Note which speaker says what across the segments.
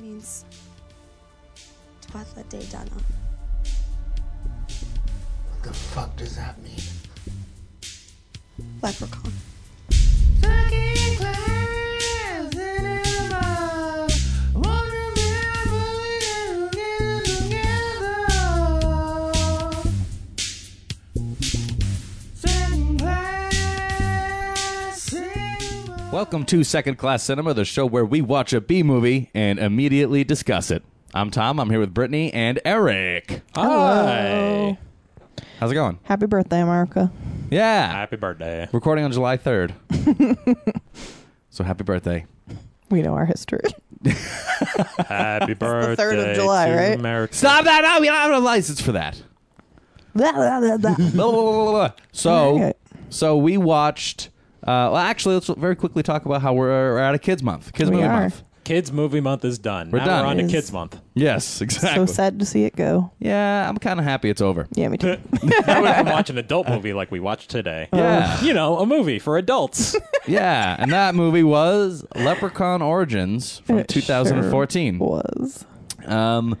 Speaker 1: means Twatha De Dana.
Speaker 2: What the fuck does that mean?
Speaker 1: Leprechaun.
Speaker 3: Fucking clouds in ever. Wondering if we'll get together. Second class cinema.
Speaker 4: Welcome to Second Class Cinema, the show where we watch a B movie and immediately discuss it. I'm Tom. I'm here with Brittany and Eric. Hi. How's it going?
Speaker 5: Oh, Happy birthday, America.
Speaker 4: Yeah.
Speaker 6: Happy birthday.
Speaker 4: Recording on July 3rd. so happy birthday.
Speaker 5: We know our history.
Speaker 6: Happy birthday.
Speaker 5: third of July,
Speaker 6: to
Speaker 5: right?
Speaker 6: America.
Speaker 4: Stop that. No, we don't have a license for that.
Speaker 5: Blah, blah, blah,
Speaker 4: Blah,
Speaker 5: blah.
Speaker 4: blah, blah, blah, blah. So,
Speaker 5: Alright.
Speaker 4: so we watched. Uh, well, actually, let's very quickly talk about how we're, we're at a kids month, kids
Speaker 5: We
Speaker 4: movie
Speaker 5: are.
Speaker 4: month.
Speaker 6: Kids Movie Month is done.
Speaker 4: We're
Speaker 6: now
Speaker 4: done.
Speaker 6: we're on
Speaker 5: It
Speaker 6: to
Speaker 5: is.
Speaker 6: Kids Month.
Speaker 4: Yes, exactly.
Speaker 5: so sad to see it go.
Speaker 4: Yeah, I'm kind of happy it's over.
Speaker 5: Yeah, me too.
Speaker 6: I would have been watching an adult movie like we watched today.
Speaker 4: Oh. Yeah,
Speaker 6: You know, a movie for adults.
Speaker 4: yeah, and that movie was Leprechaun Origins from
Speaker 5: It
Speaker 4: 2014.
Speaker 5: sure was.
Speaker 4: Um,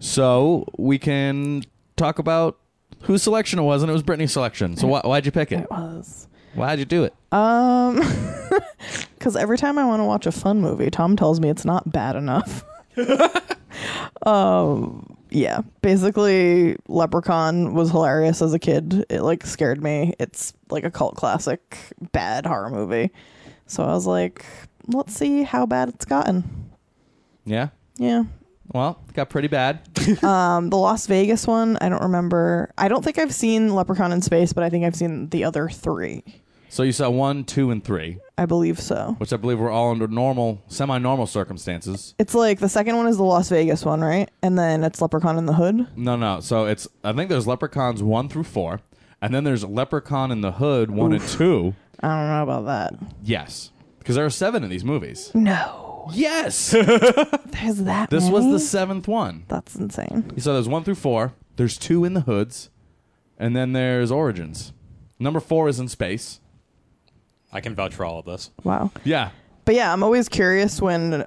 Speaker 4: so we can talk about whose selection it was, and it was Britney's selection. So why, why'd you pick it?
Speaker 5: It was.
Speaker 4: Why'd you do it?
Speaker 5: Um, because every time I want to watch a fun movie, Tom tells me it's not bad enough. um, yeah. Basically, Leprechaun was hilarious as a kid. It like scared me. It's like a cult classic, bad horror movie. So I was like, let's see how bad it's gotten.
Speaker 4: Yeah.
Speaker 5: Yeah.
Speaker 4: Well, it got pretty bad.
Speaker 5: Um, the Las Vegas one, I don't remember. I don't think I've seen Leprechaun in Space, but I think I've seen the other three.
Speaker 4: So you saw one, two, and three,
Speaker 5: I believe so.
Speaker 4: which I believe were all under normal, semi-normal circumstances.
Speaker 5: It's like the second one is the Las Vegas one, right? And then it's Leprechaun in the Hood.
Speaker 4: No, no. So it's I think there's Leprechauns one through four, and then there's Leprechaun in the Hood one and two.
Speaker 5: I don't know about that.
Speaker 4: Yes, because there are seven in these movies.
Speaker 5: No,
Speaker 4: Yes,
Speaker 5: there's that.
Speaker 4: this was
Speaker 5: many?
Speaker 4: the seventh one.
Speaker 5: That's insane.
Speaker 4: So there's one through four. There's two in the hoods, and then there's Origins. Number four is in space.
Speaker 6: I can vouch for all of this.
Speaker 5: Wow.
Speaker 4: Yeah,
Speaker 5: But yeah, I'm always curious when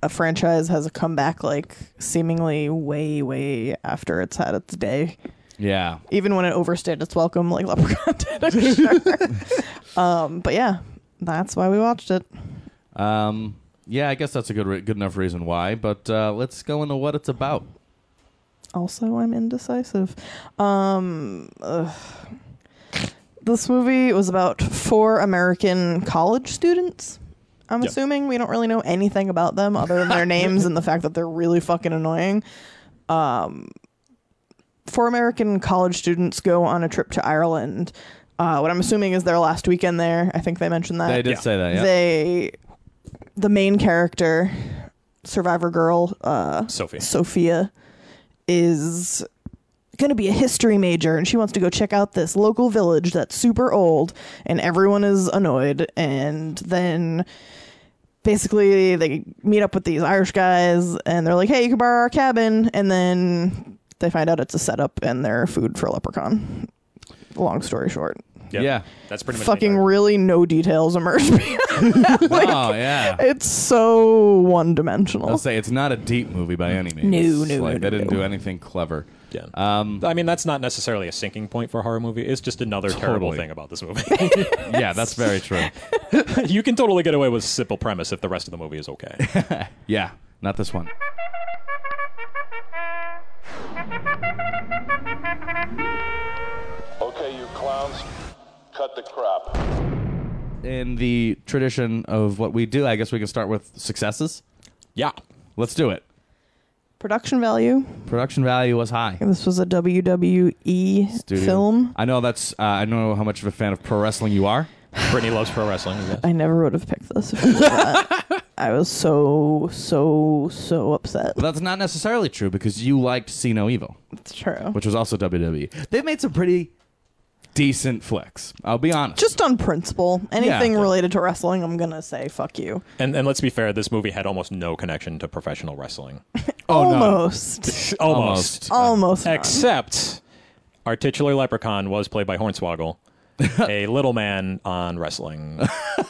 Speaker 5: a franchise has a comeback, like seemingly way, way after it's had its day.
Speaker 4: yeah.
Speaker 5: even when it overstayed its welcome, like Leprechaun did. I'm sure. um, but yeah, that's why we watched it.
Speaker 4: Um, yeah, I guess that's a good re- good enough reason why. But uh, let's go into what it's about.
Speaker 5: Also, I'm indecisive. Um, ugh. This movie was about four American college students. I'm
Speaker 6: Yep.
Speaker 5: assuming we don't really know anything about them other than their names and the fact that they're really fucking annoying. Um, four American college students go on a trip to Ireland. Uh, what I'm assuming is their last weekend there. I think they mentioned that.
Speaker 4: They did
Speaker 6: yeah.
Speaker 4: say that. Yeah.
Speaker 5: they the main character survivor girl uh
Speaker 6: Sophie.
Speaker 5: sophia is going to be a history major and she wants to go check out this local village that's super old and everyone is annoyed and then basically they meet up with these irish guys and they're like hey you can borrow our cabin and then they find out it's a setup and they're food for leprechaun long story short
Speaker 6: Yep.
Speaker 4: Yeah.
Speaker 6: That's pretty much
Speaker 5: fucking
Speaker 6: it.
Speaker 5: really no details emerge
Speaker 4: oh yeah.
Speaker 5: It's so one dimensional.
Speaker 4: I'll say it's not a deep movie by any means.
Speaker 5: No, no,
Speaker 4: like, They
Speaker 5: no, no,
Speaker 4: didn't
Speaker 5: no.
Speaker 4: do anything clever.
Speaker 6: Yeah.
Speaker 4: Um,
Speaker 6: I mean, that's not necessarily a sinking point for a horror movie. It's just another terrible
Speaker 4: Totally.
Speaker 6: thing about this movie.
Speaker 4: yeah, that's very true.
Speaker 6: you can totally get away with a simple premise if the rest of the movie is okay.
Speaker 4: Yeah, not this one.
Speaker 7: Okay, you clowns, cut the crap.
Speaker 4: In the tradition of what we do, I guess we can start with successes.
Speaker 6: Yeah.
Speaker 4: Let's do it.
Speaker 5: Production value.
Speaker 4: Production value was high.
Speaker 5: This was a WWE
Speaker 4: Studio.
Speaker 5: film.
Speaker 4: I know that's. Uh, I know how much of a fan of pro wrestling you are.
Speaker 6: Brittany loves pro wrestling. yes.
Speaker 5: I never would have picked this. If it was that. I was so so so upset.
Speaker 4: But that's not necessarily true because you liked See No Evil,
Speaker 5: That's true.
Speaker 4: which was also WWE. They've made some pretty decent flicks. I'll be honest.
Speaker 5: Just on principle, anything
Speaker 4: Yeah.
Speaker 5: related to wrestling, I'm gonna say fuck you.
Speaker 6: And, and let's be fair, this movie had almost no connection to professional wrestling.
Speaker 4: oh,
Speaker 5: almost,
Speaker 6: almost.
Speaker 4: Almost.
Speaker 5: almost. none.
Speaker 6: Except our titular leprechaun was played by Hornswoggle, a little man on wrestling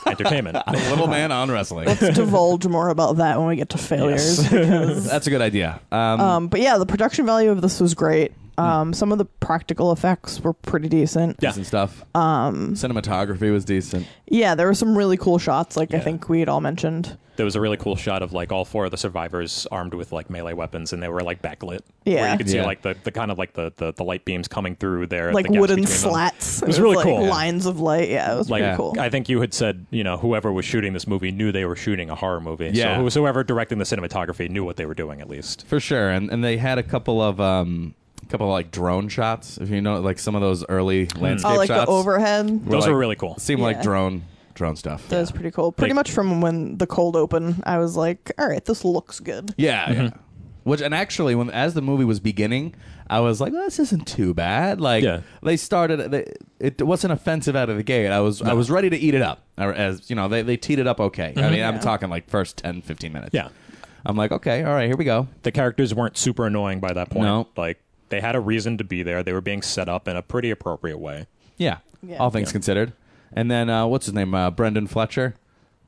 Speaker 6: entertainment.
Speaker 4: Little man on wrestling.
Speaker 5: Let's divulge more about that when we get to failures.
Speaker 4: That's a good idea. Um, Hmm.
Speaker 5: Um, but yeah, the production value of this was great. Um, some of the practical effects were pretty decent.
Speaker 6: Yeah.
Speaker 4: and stuff. Um, Cinematography was decent.
Speaker 5: Yeah, there were some really cool shots, like I think we had all mentioned.
Speaker 6: there was a really cool shot of like all four of the survivors armed with like melee weapons and they were like backlit. Where
Speaker 5: Yeah.
Speaker 6: you could
Speaker 4: Yeah.
Speaker 6: see like the, the kind of like the, the, the light beams coming through there.
Speaker 5: Like
Speaker 6: the gaps
Speaker 5: wooden
Speaker 6: between them.
Speaker 5: slats.
Speaker 6: It was really
Speaker 5: like
Speaker 6: cool.
Speaker 5: Lines of light. Yeah, it was
Speaker 6: Like
Speaker 5: pretty cool.
Speaker 6: I think you had said, you know, whoever was shooting this movie knew they were shooting a horror movie.
Speaker 4: Yeah.
Speaker 6: So who- whoever directing the cinematography knew what they were doing at least.
Speaker 4: for sure and and they had a couple of um a couple of like drone shots if you know like some of those early landscape
Speaker 5: oh, like
Speaker 4: shots
Speaker 5: the overhead.
Speaker 6: Those
Speaker 4: like-
Speaker 6: were really cool.
Speaker 4: seem
Speaker 5: Yeah.
Speaker 4: like drone drone stuff
Speaker 5: That was pretty cool. Pretty
Speaker 6: Like-
Speaker 5: much from when the cold open, I was like, all right, this looks good.
Speaker 4: yeah yeah
Speaker 6: Mm-hmm.
Speaker 4: which and actually when as the movie was beginning i was like well, this isn't too bad like
Speaker 6: Yeah.
Speaker 4: they started they, it wasn't offensive out of the gate i was i was ready to eat it up I- as you know they, they teed it up okay i mean i'm talking like first 10 15 minutes
Speaker 6: Mm-hmm. Yeah.
Speaker 4: i'm like okay all right here we go
Speaker 6: The characters weren't super annoying by that point.
Speaker 4: No.
Speaker 6: Like they had a reason to be there. They were being set up in a pretty appropriate way.
Speaker 4: yeah,
Speaker 5: Yeah.
Speaker 4: all things considered and then uh, what's his name uh, brendan fletcher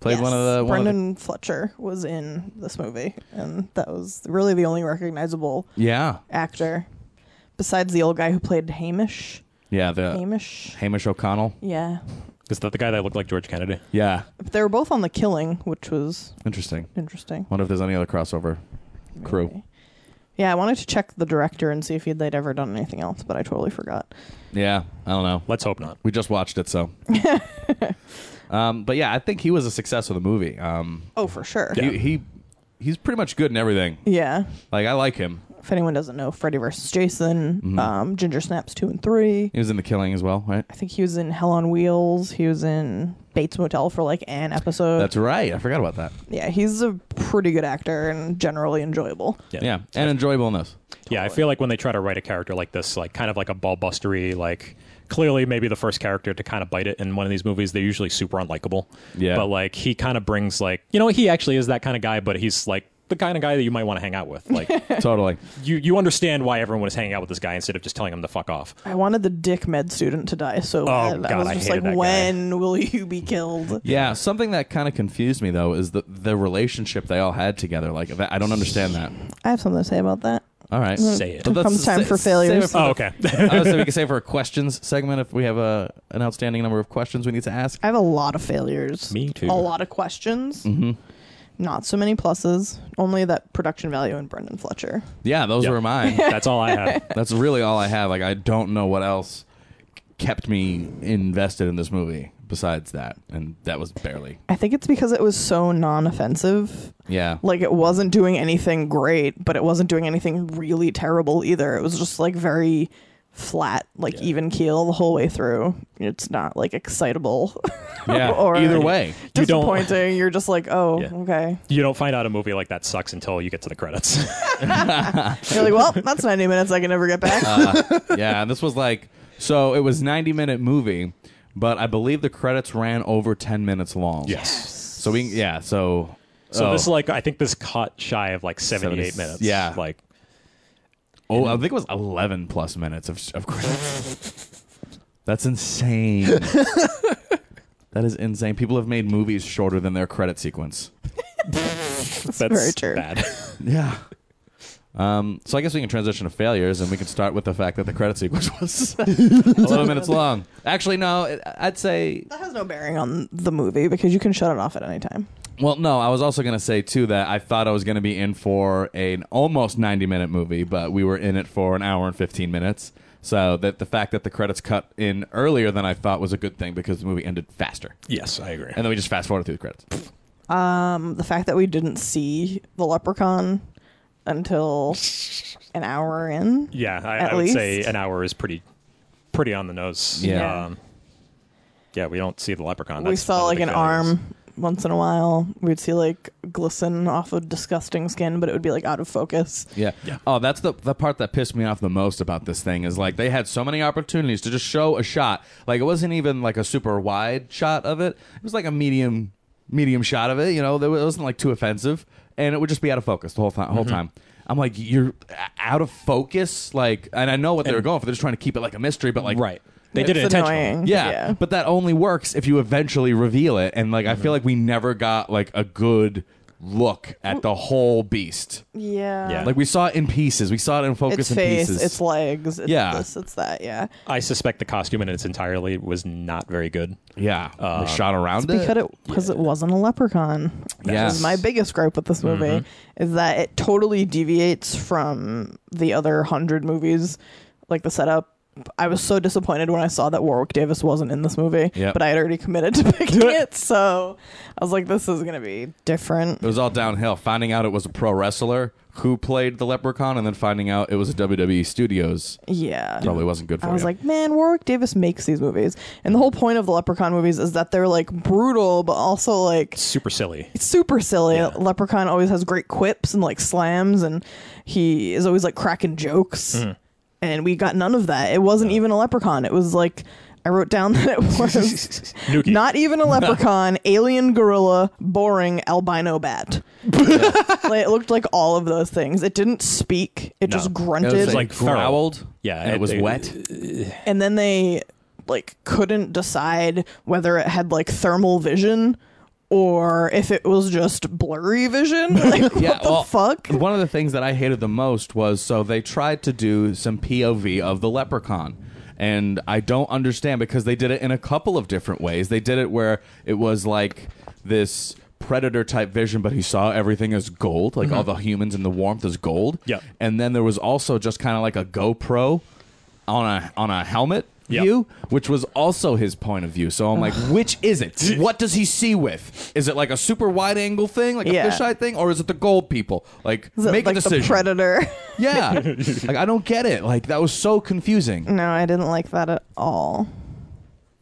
Speaker 4: played one of
Speaker 5: Yes,
Speaker 4: the one of the-
Speaker 5: Brendan Fletcher was in this movie, and that was really the only recognizable
Speaker 4: yeah
Speaker 5: actor besides the old guy who played Hamish.
Speaker 4: Yeah, the
Speaker 6: Uh.
Speaker 5: Hamish.
Speaker 4: Hamish O'Connell.
Speaker 5: Yeah.
Speaker 6: Is that the guy that looked like George Kennedy?
Speaker 4: Yeah,
Speaker 5: But they were both on The Killing, which was
Speaker 4: interesting.
Speaker 5: interesting.
Speaker 4: Wonder if there's any other crossover crew.
Speaker 5: Yeah, I wanted to check the director and see if they'd ever done anything else, but I totally forgot.
Speaker 4: Yeah, I don't know.
Speaker 6: Let's hope not.
Speaker 4: We just watched it, so. um, but yeah, I think he was a success with the movie. Um,
Speaker 5: Oh, for sure.
Speaker 4: he, he he's pretty much good in everything.
Speaker 5: Yeah.
Speaker 4: Like I like him.
Speaker 5: If anyone doesn't know, Freddy vs. Jason,
Speaker 6: Mm-hmm.
Speaker 5: um, Ginger Snaps 2 and 3.
Speaker 4: He was in The Killing as well, right?
Speaker 5: I think he was in Hell on Wheels. He was in Bates Motel for like an episode.
Speaker 4: That's right. I forgot about that.
Speaker 5: yeah, he's a pretty good actor and generally enjoyable.
Speaker 6: Yeah.
Speaker 4: Yeah, and enjoyable in this.
Speaker 6: Yeah, I feel like when they try to write a character like this, like kind of like a ballbustery, like clearly maybe the first character to kind of bite it in one of these movies, they're usually super unlikable.
Speaker 4: Yeah.
Speaker 6: But like he kind of brings like you know he actually is that kind of guy, but he's like the kind of guy that you might want to hang out with. Like
Speaker 4: Totally.
Speaker 6: you you understand why everyone was hanging out with this guy instead of just telling him to fuck off.
Speaker 5: I wanted the dick med student to die so bad. I
Speaker 6: Oh, God,
Speaker 5: was
Speaker 6: I
Speaker 5: just like,
Speaker 6: hated that guy.
Speaker 5: when will you be killed?
Speaker 4: Yeah, something that kind of confused me though is the the relationship they all had together. Like that, I don't understand that.
Speaker 5: I have something to say about that.
Speaker 4: All right,
Speaker 6: Say it.
Speaker 4: But let's
Speaker 5: Comes time
Speaker 4: sa-
Speaker 5: for
Speaker 4: save it
Speaker 5: failures.
Speaker 4: for
Speaker 6: Oh,
Speaker 4: the
Speaker 6: okay.
Speaker 4: I would say we could save for a questions segment if we have a an outstanding number of questions we need to ask.
Speaker 5: I have a lot of failures.
Speaker 6: Me too.
Speaker 5: A lot of questions. Mm-hmm. Not so many pluses. Only that production value and Brendan Fletcher.
Speaker 4: Yeah, those
Speaker 6: Yeah.
Speaker 4: were mine.
Speaker 6: That's all I had.
Speaker 4: That's really all I have. Like I don't know what else kept me invested in this movie besides that, and that was barely.
Speaker 5: I think it's because it was so non-offensive.
Speaker 4: Yeah,
Speaker 5: Like it wasn't doing anything great, but it wasn't doing anything really terrible either. It was just like very flat, like even keel the whole way through. It's not like excitable,
Speaker 4: yeah.
Speaker 5: or-
Speaker 4: Either way,
Speaker 6: You don't-
Speaker 5: disappointing. You're just like, oh,
Speaker 6: Yeah.
Speaker 5: okay.
Speaker 6: You don't find out a movie like that sucks until you get to the credits.
Speaker 5: You're like, well, that's 90 minutes I can never get back.
Speaker 6: Uh,
Speaker 4: yeah. And this was like so. It was ninety minute movie, but I believe the credits ran over ten minutes long.
Speaker 6: yes.
Speaker 4: So we yeah. So
Speaker 6: So
Speaker 4: oh,
Speaker 6: this like I think this caught shy of like seventy eight
Speaker 4: 70
Speaker 6: minutes.
Speaker 4: yeah.
Speaker 6: Like
Speaker 4: oh I think it was eleven plus minutes of of credits. That's insane. that is insane. People have made movies shorter than their credit sequence.
Speaker 6: that's,
Speaker 5: very true.
Speaker 6: bad.
Speaker 4: Yeah. Um, so I guess we can transition to failures, and we can start with the fact that the credit sequence was 11 minutes long. Actually, no, it- I'd say.
Speaker 5: that has no bearing on the movie because you can shut it off at any time.
Speaker 4: Well, no, I was also going to say too that I thought I was going to be in for an almost 90 minute movie, but we were in it for an hour and 15 minutes. So that the fact that the credits cut in earlier than I thought was a good thing because the movie ended faster,
Speaker 6: yes, I agree.
Speaker 4: and then we just fast forwarded through the credits.
Speaker 5: Mm, the fact that we didn't see the leprechaun until an hour in.
Speaker 6: Yeah, I,
Speaker 5: At
Speaker 6: I would say
Speaker 5: least.
Speaker 6: an hour is pretty, pretty on the nose.
Speaker 4: Yeah.
Speaker 6: um, yeah. We don't see the leprechaun.
Speaker 5: we
Speaker 6: That's
Speaker 5: saw
Speaker 6: one
Speaker 5: like
Speaker 6: of the
Speaker 5: an
Speaker 6: big failures.
Speaker 5: arm once in a while. We'd see like glisten off of disgusting skin, but it would be like out of focus.
Speaker 4: Yeah. Oh, that's the the part that pissed me off the most about this thing is like they had so many opportunities to just show a shot. Like it wasn't even like a super wide shot of it. It was like a medium medium shot of it. You know, there wa- it wasn't like too offensive, and it would just be out of focus the whole time. Whole time. I'm like, you're out of focus. Like, and I know what they were going for. They're just trying to keep it like a mystery, but like,
Speaker 6: Right. They did it
Speaker 5: It's
Speaker 6: intentionally.
Speaker 5: annoying.
Speaker 4: Yeah, but that only works if you eventually reveal it. And like, I feel like we never got like a good look at the whole beast.
Speaker 5: yeah.
Speaker 6: Yeah.
Speaker 4: Like we saw it in pieces, we saw it in focus
Speaker 5: Its
Speaker 4: and
Speaker 5: face,
Speaker 4: pieces.
Speaker 5: its legs, it's
Speaker 4: Yeah.
Speaker 5: this, it's that. Yeah.
Speaker 6: I suspect the costume in its entirety was not very good.
Speaker 4: yeah, they shot around it.
Speaker 5: because it because it wasn't a leprechaun.
Speaker 4: Yes. Mm-hmm.
Speaker 5: That is my biggest gripe with this movie is that it totally deviates from the other hundred movies, like the setup. I was so disappointed when I saw that Warwick Davis wasn't in this movie,
Speaker 4: Yep.
Speaker 5: but I had already committed to picking it, so I was like, "This is gonna be different."
Speaker 4: It was all downhill. Finding out it was a pro wrestler who played the leprechaun, and then finding out it was a WWE Studios
Speaker 5: Yeah,
Speaker 4: probably wasn't good for
Speaker 5: I was
Speaker 4: you.
Speaker 5: like, man, Warwick Davis makes these movies, and the whole point of the Leprechaun movies is that they're like brutal, but also like
Speaker 6: Super silly.
Speaker 5: it's super silly. Leprechaun always has great quips and like slams, and he is always like cracking jokes. And we got none of that. It wasn't even a leprechaun. It was like I wrote down that it was
Speaker 6: Nookie.
Speaker 5: not even a leprechaun, alien gorilla, boring albino bat. Like, it looked like all of those things. It didn't speak. It
Speaker 6: No.
Speaker 5: just
Speaker 4: it
Speaker 5: grunted.
Speaker 4: was
Speaker 6: like
Speaker 4: like
Speaker 6: feral.
Speaker 4: growled.
Speaker 6: Yeah,
Speaker 4: and it,
Speaker 6: it-
Speaker 4: was
Speaker 6: it-
Speaker 4: wet.
Speaker 5: and then they like couldn't decide whether it had like thermal vision or if it was just blurry vision. Like, what the
Speaker 4: well,
Speaker 5: fuck?
Speaker 4: One of the things that I hated the most was so they tried to do some POV of the leprechaun. And I don't understand because they did it in a couple of different ways. They did it where it was like this predator type vision, but he saw everything as gold, like all the humans and the warmth as gold.
Speaker 6: Mm-hmm. Yep.
Speaker 4: And then there was also just kind of like a GoPro on a on a helmet
Speaker 6: Yep.
Speaker 4: view, which was also his point of view. So I'm like, which is it? What does he see with? Is it like a super wide angle thing, like
Speaker 5: Yeah.
Speaker 4: a fisheye thing, or is it the gold people? Like,
Speaker 5: Is it,
Speaker 4: make
Speaker 5: like
Speaker 4: a
Speaker 5: the
Speaker 4: decision.
Speaker 5: predator.
Speaker 4: yeah, like I don't get it. Like that was so confusing.
Speaker 5: no, I didn't like that at all.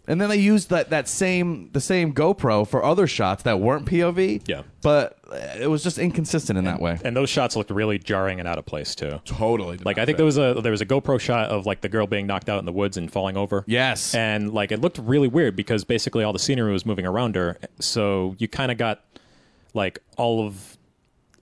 Speaker 4: And then they used that that same the same GoPro for other shots that weren't POV.
Speaker 6: Yeah.
Speaker 4: but uh, it was just inconsistent in that way.
Speaker 6: And those shots looked really jarring and out of place too.
Speaker 4: Totally.
Speaker 6: Like I think there was a there was a GoPro shot of like the girl being knocked out in the woods and falling over.
Speaker 4: Yes.
Speaker 6: And like it looked really weird because basically all the scenery was moving around her, so you kind of got like all of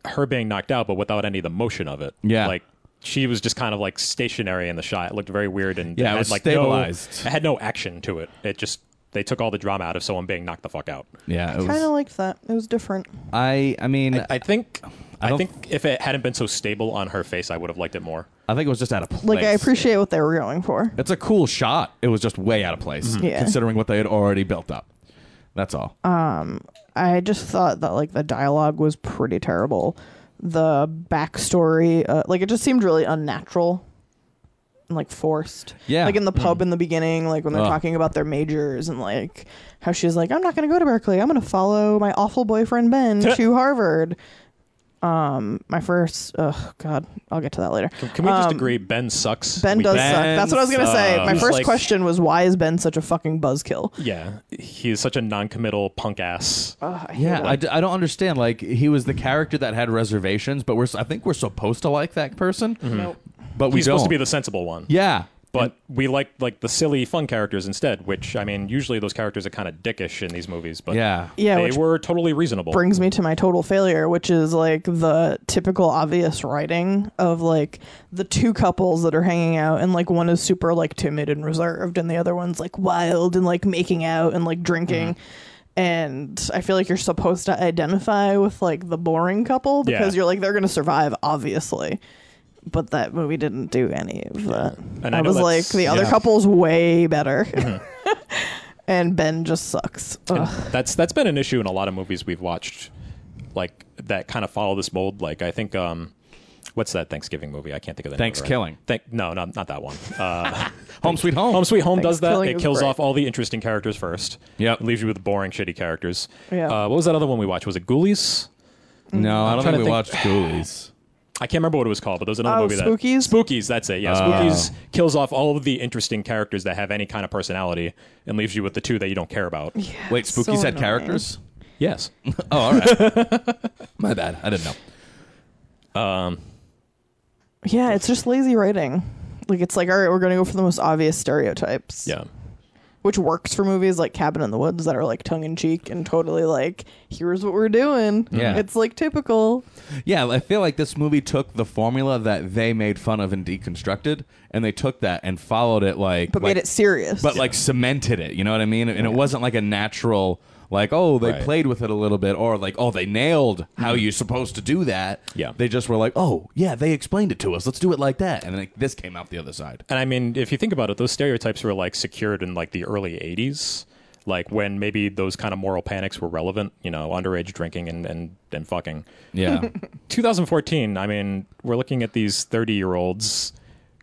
Speaker 6: her being knocked out, but without any of the motion of it.
Speaker 4: Yeah.
Speaker 6: Like she was just kind of like stationary in the shot. It looked very weird and
Speaker 4: Yeah, it
Speaker 6: had,
Speaker 4: was
Speaker 6: like
Speaker 4: stabilized.
Speaker 6: No, it had no action to it. It just they took all the drama out of someone being knocked the fuck out.
Speaker 4: yeah. It
Speaker 5: Kind of
Speaker 4: was,
Speaker 5: liked that. It was different.
Speaker 4: I I mean I,
Speaker 6: I think I,
Speaker 4: don't-
Speaker 6: think if it hadn't been so stable on her face, I would have liked it more.
Speaker 4: think it was just out of place.
Speaker 5: Like I appreciate what they were going for.
Speaker 4: It's a cool shot. It was just way out of place
Speaker 5: Mm-hmm. Yeah.
Speaker 4: considering what they had already built up. That's all.
Speaker 5: I just thought that like the dialogue was pretty terrible. The backstory, uh, like it just seemed really unnatural and like forced.
Speaker 4: Yeah. Mm.
Speaker 5: Like in the pub in the beginning, like when they're
Speaker 4: Ugh.
Speaker 5: talking about their majors and like how she's like, I'm not going to go to Berkeley. I'm going to follow my awful boyfriend Ben to Harvard. Um, my first, oh God, I'll get to that later.
Speaker 6: Can we just agree Ben sucks?
Speaker 5: Um, Ben
Speaker 6: We-
Speaker 5: does suck. That's what I was gonna say.
Speaker 6: sucks.
Speaker 5: My
Speaker 6: He's
Speaker 5: first
Speaker 6: like-
Speaker 5: question was, why is Ben such a fucking buzzkill?
Speaker 6: Yeah, he is such a non-committal punk ass.
Speaker 4: yeah, I, d- I don't understand. Like he was the character that had reservations, but we're s- I think we're supposed to like that person, but we
Speaker 6: He's
Speaker 4: don't.
Speaker 6: supposed to be the sensible one.
Speaker 4: yeah,
Speaker 6: But we like like the silly, fun characters instead. Which I mean, usually those characters are kind of dickish in these movies. But
Speaker 4: Yeah.
Speaker 5: Yeah,
Speaker 6: they
Speaker 5: which
Speaker 6: were totally reasonable.
Speaker 5: brings me to my total failure, which is like the typical obvious writing of like the two couples that are hanging out, and like one is super like timid and reserved, and the other one's like wild and like making out and like drinking.
Speaker 6: Mm-hmm.
Speaker 5: And I feel like you're supposed to identify with like the boring couple because
Speaker 6: Yeah.
Speaker 5: you're like they're gonna survive, obviously. But that movie didn't do any of that.
Speaker 6: And
Speaker 5: I,
Speaker 6: I know
Speaker 5: was like,
Speaker 6: that's-
Speaker 5: the other
Speaker 6: yeah. Mm-hmm.
Speaker 5: couple's way better. and Ben just sucks. Ugh.
Speaker 6: that's that's been an issue in a lot of movies we've watched, like that kind of follow this mold. Like I think, um, what's that Thanksgiving movie? I can't think of the name. of it
Speaker 4: Thanksgiving.
Speaker 6: right now. Thank no, no, not that one. Uh,
Speaker 4: home sweet home.
Speaker 6: Home Sweet Home does that.
Speaker 5: Thanksgiving
Speaker 6: It
Speaker 5: is
Speaker 6: kills
Speaker 5: great.
Speaker 6: off all the interesting characters first.
Speaker 4: Yep.
Speaker 6: It leaves you with boring, shitty characters.
Speaker 5: Yeah.
Speaker 6: Uh, what was that other one we watched? Was it Ghoulies?
Speaker 4: no, I don't
Speaker 6: trying
Speaker 4: think we watched
Speaker 6: to
Speaker 4: Ghoulies.
Speaker 6: I can't remember what it was called, but there was another
Speaker 5: Oh,
Speaker 6: movie that
Speaker 5: Spookies?
Speaker 6: Spookies, that's it. Yeah, Spookies kills off all of the interesting characters that have any kind of personality and leaves you with the two that you don't care about.
Speaker 4: Wait,
Speaker 5: so
Speaker 4: Spookies had
Speaker 5: annoying.
Speaker 4: characters.
Speaker 6: Yes.
Speaker 4: Oh, all right. My bad. I didn't know.
Speaker 6: Um,
Speaker 5: Yeah, it's just lazy writing. Like it's like, all right, we're gonna go for the most obvious stereotypes.
Speaker 6: Yeah.
Speaker 5: which works for movies like Cabin in the Woods that are like tongue in cheek and totally like here's what we're doing.
Speaker 4: Yeah.
Speaker 5: it's like typical.
Speaker 4: Yeah, I feel like this movie took the formula that they made fun of and deconstructed, and they took that and followed it like,
Speaker 5: But
Speaker 4: like-
Speaker 5: made it serious.
Speaker 4: but like cemented it. You know what I mean? And it wasn't like a natural, like oh they
Speaker 6: Right.
Speaker 4: played with it a little bit, or like oh they nailed how you're supposed to do that.
Speaker 6: Yeah.
Speaker 4: they just were like oh yeah they explained it to us. Let's do it like that, and then like, this came out the other side.
Speaker 6: And I mean, if you think about it, those stereotypes were like secured in like the early 80s, like when maybe those kind of moral panics were relevant, you know, underage drinking and, and, and fucking.
Speaker 4: Yeah,
Speaker 6: 2014, I mean, we're looking at these 30 year olds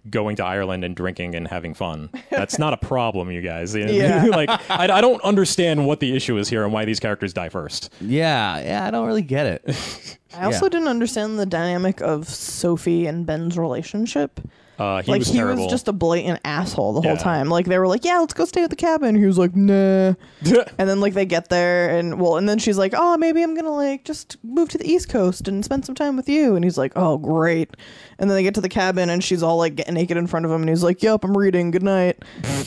Speaker 6: going to Ireland and drinking and having fun. That's not a problem, you guys. You know?
Speaker 5: Yeah.
Speaker 6: like, I, I don't understand what the issue is here and why these characters die first.
Speaker 4: yeah, yeah. I don't really get it.
Speaker 5: I also didn't understand the dynamic of Sophie and Ben's relationship.
Speaker 6: Uh, he
Speaker 5: like
Speaker 6: was
Speaker 5: he
Speaker 6: terrible.
Speaker 5: was just a blatant asshole the whole
Speaker 6: Yeah.
Speaker 5: time. Like they were like, "Yeah, let's go stay at the cabin." He was like, "Nah." and then like they get there and well, and then she's like, "Oh, maybe I'm gonna like just move to the East Coast and spend some time with you." And he's like, "Oh, great." And then they get to the cabin and she's all like get naked in front of him, and he's like, "Yep, I'm reading. Good night."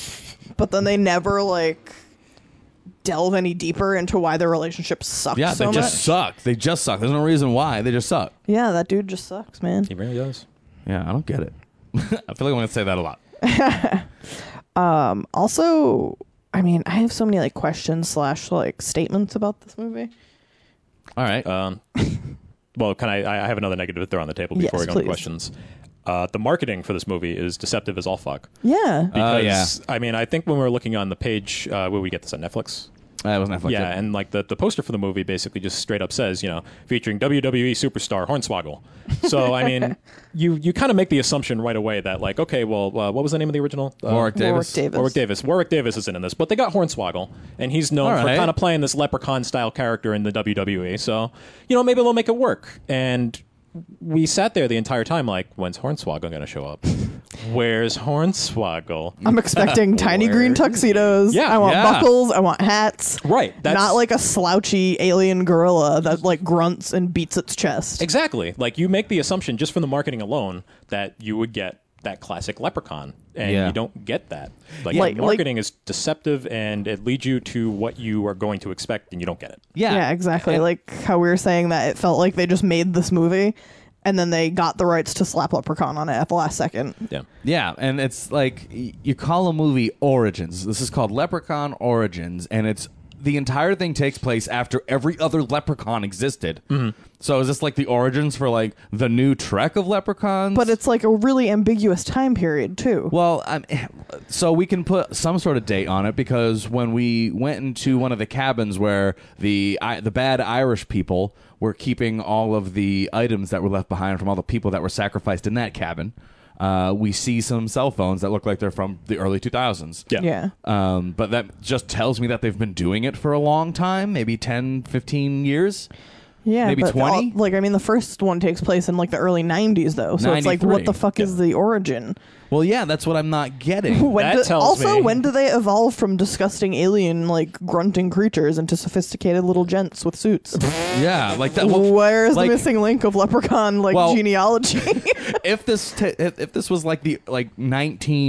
Speaker 5: but then they never like delve any deeper into why their relationship sucks
Speaker 4: Yeah,
Speaker 5: so
Speaker 4: they
Speaker 5: much.
Speaker 4: just suck. They just suck. There's no reason why they just suck.
Speaker 5: yeah, that dude just sucks, man.
Speaker 6: he really does.
Speaker 4: Yeah, I don't get it. I feel like I'm gonna say that a lot.
Speaker 5: also i mean i have so many like questions slash like statements about this movie
Speaker 4: All right.
Speaker 6: Um, well, can I? I I have another negative to throw on the table before
Speaker 5: Yes,
Speaker 6: we go into
Speaker 5: please.
Speaker 6: questions. Uh, the marketing for this movie is deceptive as all fuck.
Speaker 5: yeah
Speaker 4: Oh,
Speaker 6: Because, I mean, I think when we were looking on the page, uh, where we get this on Netflix.
Speaker 4: that was Netflix.
Speaker 6: yeah, and like the, the poster for the movie basically just straight up says, you know, featuring WWE superstar Hornswoggle. So I mean, you you kind of make the assumption right away that like, okay, well, uh, what was the name of the original? Uh,
Speaker 4: Warwick
Speaker 5: Warwick
Speaker 4: Davis.
Speaker 5: Davis.
Speaker 6: Warwick Davis. Warwick Davis isn't in this, but they got Hornswoggle, and he's known
Speaker 4: All
Speaker 6: for
Speaker 4: right.
Speaker 6: kind of playing this leprechaun style character in the WWE. So, you know, maybe they'll make it work. And we sat there the entire time, like, when's Hornswoggle going to show up? Where's Hornswoggle?
Speaker 5: i'm expecting tiny green tuxedos
Speaker 6: Yeah,
Speaker 5: i want
Speaker 4: yeah.
Speaker 5: buckles i want hats
Speaker 6: Right, that's-
Speaker 5: not like a slouchy alien gorilla that like grunts and beats its chest
Speaker 6: Exactly. Like you make the assumption just from the marketing alone that you would get that classic leprechaun, and
Speaker 4: Yeah.
Speaker 6: you don't get that. Like,
Speaker 5: Like-
Speaker 6: the marketing is deceptive, and it leads you to what you are going to expect, and you don't get it.
Speaker 4: Yeah.
Speaker 5: yeah exactly like how we were saying that it felt like they just made this movie and then they got the rights to slap leprechaun on it at the last second
Speaker 6: Yeah.
Speaker 4: Yeah, and it's like y- you call a movie Origins. This is called Leprechaun Origins, and it's the entire thing takes place after every other Leprechaun existed. So is this like the origins for like the new Trek of Leprechauns?
Speaker 5: but it's like a really ambiguous time period too
Speaker 4: well, I'm, so we can put some sort of date on it because when we went into one of the cabins where the I, the bad Irish people were keeping all of the items that were left behind from all the people that were sacrificed in that cabin. Uh, we see some cell phones that look like they're from the early 2000s.
Speaker 6: Yeah.
Speaker 5: yeah
Speaker 4: Um, but that just tells me that they've been doing it for a long time, maybe 10, 15 years.
Speaker 5: Yeah,
Speaker 4: Maybe
Speaker 5: but
Speaker 4: 20?
Speaker 5: all- like I mean, the first one takes place in like the early '90s, though. So it's like, what
Speaker 4: 93.
Speaker 5: the fuck is the origin?
Speaker 4: Well, yeah, that's what I'm not getting.
Speaker 5: When
Speaker 6: That
Speaker 5: do-
Speaker 6: tells
Speaker 5: also,
Speaker 6: me-
Speaker 5: when do they evolve from disgusting alien like grunting creatures into sophisticated little gents with suits?
Speaker 4: yeah, like that. well,
Speaker 5: Where's
Speaker 4: like-
Speaker 5: the missing link of leprechaun like
Speaker 4: Well-
Speaker 5: genealogy?
Speaker 4: If this t- if, if this was like the like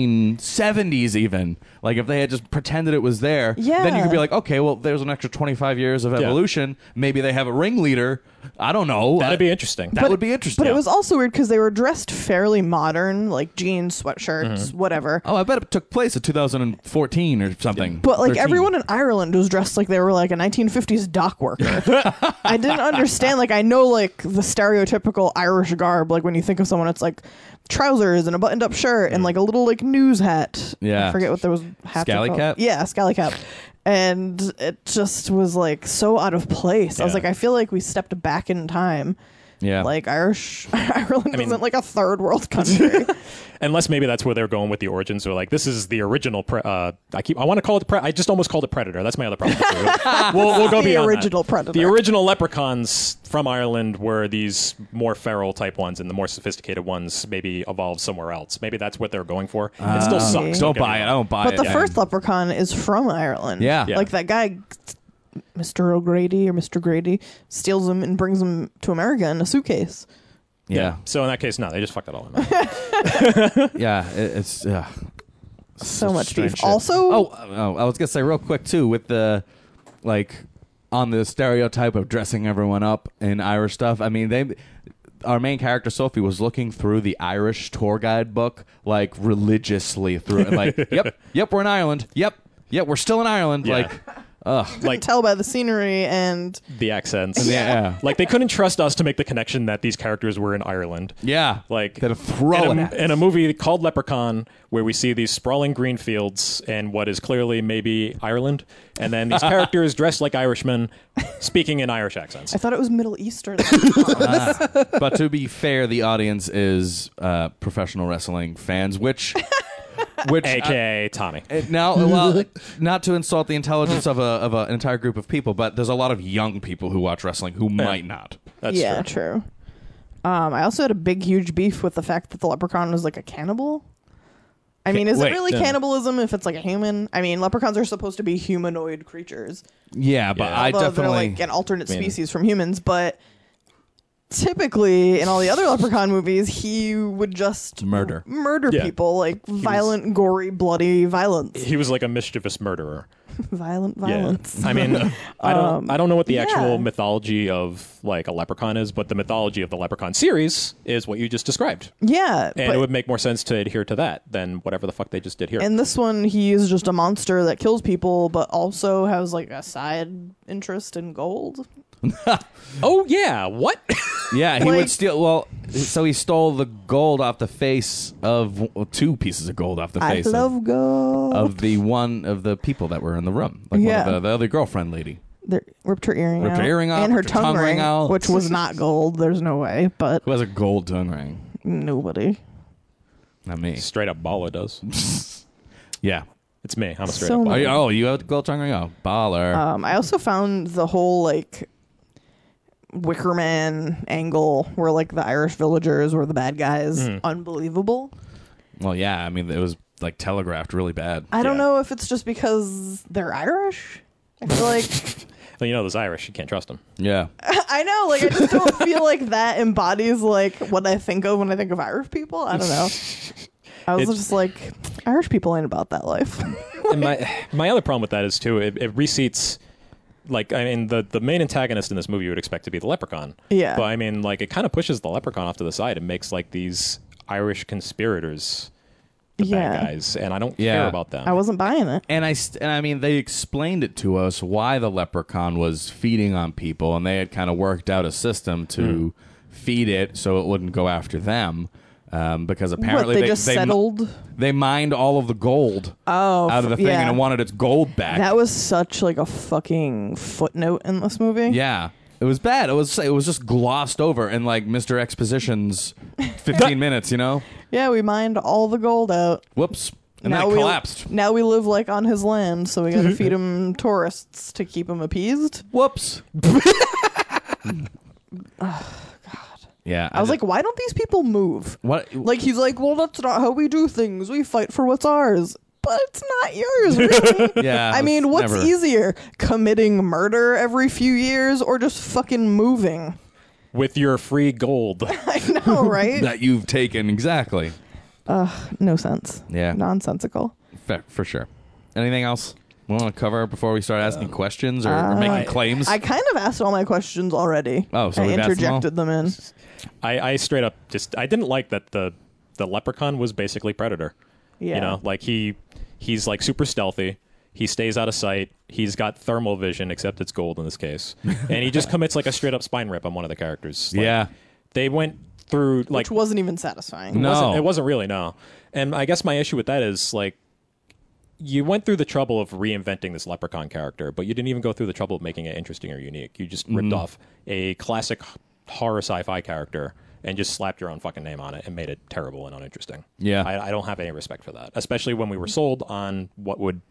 Speaker 4: 1970s even, like if they had just pretended it was there, then you
Speaker 5: Yeah.
Speaker 4: could be like, okay, well, there's an extra 25 years of
Speaker 6: Yeah.
Speaker 4: evolution. Maybe they have a ringleader. I don't know.
Speaker 6: That'd be
Speaker 4: I-
Speaker 6: interesting.
Speaker 4: That
Speaker 6: But-
Speaker 4: would be interesting.
Speaker 5: but it was also weird because they were dressed fairly modern, like jeans, sweatshirts, whatever.
Speaker 4: Oh, I bet it took place in 2014 or something.
Speaker 5: But like
Speaker 4: 13.
Speaker 5: everyone in Ireland was dressed like they were like a 1950s dock worker. I didn't understand. Like I know like the stereotypical Irish garb. Like when you think of someone, it's like trousers and a buttoned-up shirt and like a little like news hat.
Speaker 4: Yeah.
Speaker 5: I forget what there was. Hat
Speaker 4: Scally cap?
Speaker 5: Yeah, scally cap. And it just was like so out of place. I was
Speaker 6: Yeah.
Speaker 5: like, I feel like we stepped back in time.
Speaker 4: Yeah.
Speaker 5: Like Irish Ireland
Speaker 6: mean-
Speaker 5: isn't like a third world country.
Speaker 6: Unless maybe that's where they're going with the origins. They're like, this is the original. Pre- uh, I keep. I want to call it. Pre- I just almost called it Predator. That's my other problem. we'll, we'll go
Speaker 5: The
Speaker 6: beyond that.
Speaker 5: original Predator.
Speaker 6: The original leprechauns from Ireland were these more feral type ones, and the more sophisticated ones maybe evolved somewhere else. Maybe that's what they're going for. it still sucks.
Speaker 4: Ah, don't
Speaker 6: get me
Speaker 4: buy it. Oh, I
Speaker 6: wrong.
Speaker 4: don't buy
Speaker 5: But
Speaker 4: it.
Speaker 5: the
Speaker 4: Yeah.
Speaker 5: first leprechaun is from Ireland.
Speaker 4: Yeah.
Speaker 6: Yeah.
Speaker 5: Like that guy, Mr. O'Grady or Mr. Grady, steals him and brings him to America in a suitcase.
Speaker 4: yeah.
Speaker 6: So in that case, no, they just fucked it all. up.
Speaker 4: yeah, it, it's uh,
Speaker 5: So
Speaker 4: Such
Speaker 5: much
Speaker 4: strange
Speaker 5: beef.
Speaker 4: shit.
Speaker 5: Also-
Speaker 4: oh, oh, I was gonna say real quick too with the like on the stereotype of dressing everyone up in Irish stuff. I mean, they our main character Sophie was looking through the Irish tour guide book like religiously through it. Like, yep, yep, we're in Ireland. Yep, yep, we're still in Ireland.
Speaker 6: Yeah.
Speaker 4: Like,
Speaker 6: Like
Speaker 5: tell by the scenery and
Speaker 6: the accents.
Speaker 4: yeah,
Speaker 6: Like they couldn't trust us to make the connection that these characters were in Ireland.
Speaker 4: yeah,
Speaker 6: Like
Speaker 4: that throw
Speaker 6: in
Speaker 4: it
Speaker 6: a,
Speaker 4: at us.
Speaker 6: in a movie called Leprechaun, where we see these sprawling green fields and what is clearly maybe Ireland, and then these characters dressed like Irishmen, speaking in Irish accents.
Speaker 5: I thought it was Middle Eastern.
Speaker 4: Uh-huh. but to be fair, the audience is uh, professional wrestling fans, which. Which
Speaker 6: AKA Tommy.
Speaker 5: Uh,
Speaker 4: It- now, well, not to insult the intelligence of a of a, an entire group of people, but there's a lot of young people who watch wrestling who might not.
Speaker 6: That's
Speaker 5: yeah, true.
Speaker 6: true.
Speaker 5: Um, I also had a big, huge beef with the fact that the leprechaun was like a cannibal. I mean, is
Speaker 4: wait,
Speaker 5: it really
Speaker 6: no.
Speaker 5: cannibalism if it's like a human? I mean, leprechauns are supposed to be humanoid creatures,
Speaker 4: Yeah, but
Speaker 6: Yeah.
Speaker 4: I
Speaker 5: although
Speaker 4: definitely
Speaker 5: they're like an alternate
Speaker 6: mean-
Speaker 5: species from humans. But typically, in all the other leprechaun movies, he would just
Speaker 4: Murder.
Speaker 5: murder
Speaker 6: Yeah.
Speaker 5: people like violent, gory, bloody violence,
Speaker 6: He was like a mischievous murderer.
Speaker 5: violent
Speaker 6: Eh, Yeah.
Speaker 5: violence.
Speaker 6: I mean, I don't, I don't know what the
Speaker 5: Um, yeah.
Speaker 6: actual mythology of like a leprechaun is, but the mythology of the leprechaun series is what you just described,
Speaker 5: Yeah,
Speaker 6: and
Speaker 5: but
Speaker 6: it would make more sense to adhere to that than whatever the fuck they just did here.
Speaker 5: In this one, he is just a monster that kills people, but also has like a side interest in gold.
Speaker 6: oh yeah, what?
Speaker 4: yeah, he
Speaker 5: like-
Speaker 4: would steal. Well, so he stole the gold off the face of well, two pieces of gold off the face of-
Speaker 5: gold.
Speaker 4: of, the one of the people that were in the room, like
Speaker 5: Yeah.
Speaker 4: one of the, the other girlfriend lady.
Speaker 5: They ripped her earring
Speaker 4: Ripped her
Speaker 5: out.
Speaker 4: earring out,
Speaker 5: and her
Speaker 4: ripped her
Speaker 5: tongue,
Speaker 4: tongue
Speaker 5: ring,
Speaker 4: ring out.
Speaker 5: which was not gold. There's no way, but
Speaker 4: Who has a gold tongue ring?
Speaker 5: nobody.
Speaker 4: Not me.
Speaker 6: Straight up baller does.
Speaker 4: Yeah.
Speaker 6: It's me. I'm a straight
Speaker 5: So
Speaker 6: up
Speaker 4: Are
Speaker 6: baller.
Speaker 4: you, oh, you have a gold tongue ring? Oh, baller.
Speaker 5: Um, I also found the whole like Wickerman angle, where like the Irish villagers were the bad guys,
Speaker 4: Mm.
Speaker 5: unbelievable.
Speaker 4: well, yeah. I mean, it was like telegraphed really bad.
Speaker 5: I don't
Speaker 6: Yeah.
Speaker 5: know if it's just because they're Irish. I feel like
Speaker 6: Well, you know those Irish. You can't trust them.
Speaker 4: yeah.
Speaker 5: I know, like I just don't feel like that embodies like what I think of when I think of Irish people. I don't know. I was
Speaker 6: It-
Speaker 5: just like, Irish people ain't about that life.
Speaker 6: and my my other problem with that is too it, it reseats like I mean the the main antagonist in this movie you would expect to be the leprechaun.
Speaker 5: Yeah.
Speaker 6: But I mean like it kind of pushes the leprechaun off to the side and makes like these Irish conspirators the
Speaker 5: yeah,
Speaker 6: bad guys and I don't care
Speaker 4: Yeah.
Speaker 6: about them.
Speaker 5: I wasn't buying it.
Speaker 4: and I st- and I mean they explained it to us why the leprechaun was feeding on people, and they had kind of worked out a system to feed it so it wouldn't go after them, um, because apparently
Speaker 5: what they,
Speaker 4: they
Speaker 5: just
Speaker 4: they mi-
Speaker 5: settled.
Speaker 4: they mined all of the gold
Speaker 5: Oh,
Speaker 4: out of the
Speaker 5: f-
Speaker 4: thing
Speaker 5: yeah.
Speaker 4: and it wanted its gold back.
Speaker 5: that was such like a fucking footnote in this movie.
Speaker 4: yeah. It was bad. It was it was just glossed over in like Mr. Exposition's 15 minutes, you know?
Speaker 5: yeah, we mined all the gold out.
Speaker 4: Whoops. And then it
Speaker 5: we
Speaker 4: collapsed.
Speaker 5: now we live like on his land, so we gotta feed him tourists to keep him appeased.
Speaker 4: Whoops. Hmm. Yeah.
Speaker 5: Oh, I
Speaker 4: just-
Speaker 5: was like, why don't these people move?
Speaker 4: what
Speaker 5: Like he's like, well, that's not how we do things. We fight for what's ours, but it's not yours. Really.
Speaker 4: Yeah.
Speaker 5: I
Speaker 4: it's
Speaker 5: mean, what's
Speaker 4: never-
Speaker 5: easier, committing murder every few years or just fucking moving?
Speaker 6: with your free gold.
Speaker 5: I know, right?
Speaker 4: that you've taken exactly.
Speaker 5: no sense.
Speaker 4: Yeah.
Speaker 5: nonsensical.
Speaker 4: Fair, for sure. Anything else we want to cover before we start asking questions or, or making claims?
Speaker 5: I kind of asked all my questions already.
Speaker 4: Oh, so
Speaker 5: I
Speaker 4: we've asked them
Speaker 5: interjected them, in.
Speaker 6: I I straight up just I didn't like that the the leprechaun was basically predator.
Speaker 5: Yeah.
Speaker 6: You know, like he he's like super stealthy. He stays out of sight. He's got thermal vision, except it's gold in this case. And he just commits like a straight up spine rip on one of the characters. Like,
Speaker 4: yeah.
Speaker 6: They went through like
Speaker 5: which wasn't even satisfying.
Speaker 4: No.
Speaker 6: wasn't- it wasn't really no. And I guess my issue with that is like you went through the trouble of reinventing this leprechaun character, but you didn't even go through the trouble of making it interesting or unique. You just
Speaker 4: Mm-hmm.
Speaker 6: ripped off a classic h- horror sci-fi character and just slapped your own fucking name on it and made it terrible and uninteresting.
Speaker 4: Yeah.
Speaker 6: I, I don't have any respect for that, especially when we were sold on what would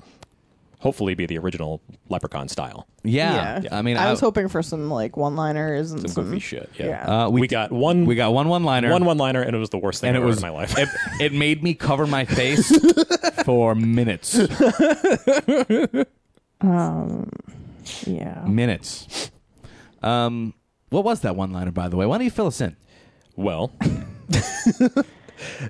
Speaker 6: hopefully be the original leprechaun style.
Speaker 4: yeah. I mean,
Speaker 5: I was hoping for some like one-liners and some,
Speaker 6: Some goofy shit. Yeah.
Speaker 5: mm-hmm. yeah.
Speaker 4: uh,
Speaker 6: we,
Speaker 4: we,
Speaker 6: got one.
Speaker 4: we got one one liner.
Speaker 6: one one-liner, and it was the worst thing
Speaker 4: and
Speaker 6: I've
Speaker 4: it
Speaker 6: ever
Speaker 4: was
Speaker 6: in my life.
Speaker 4: It, it made me cover my face for minutes,
Speaker 5: yeah.
Speaker 4: minutes. Um, what was that one liner, by the way? Why don't you fill us in?
Speaker 6: Well,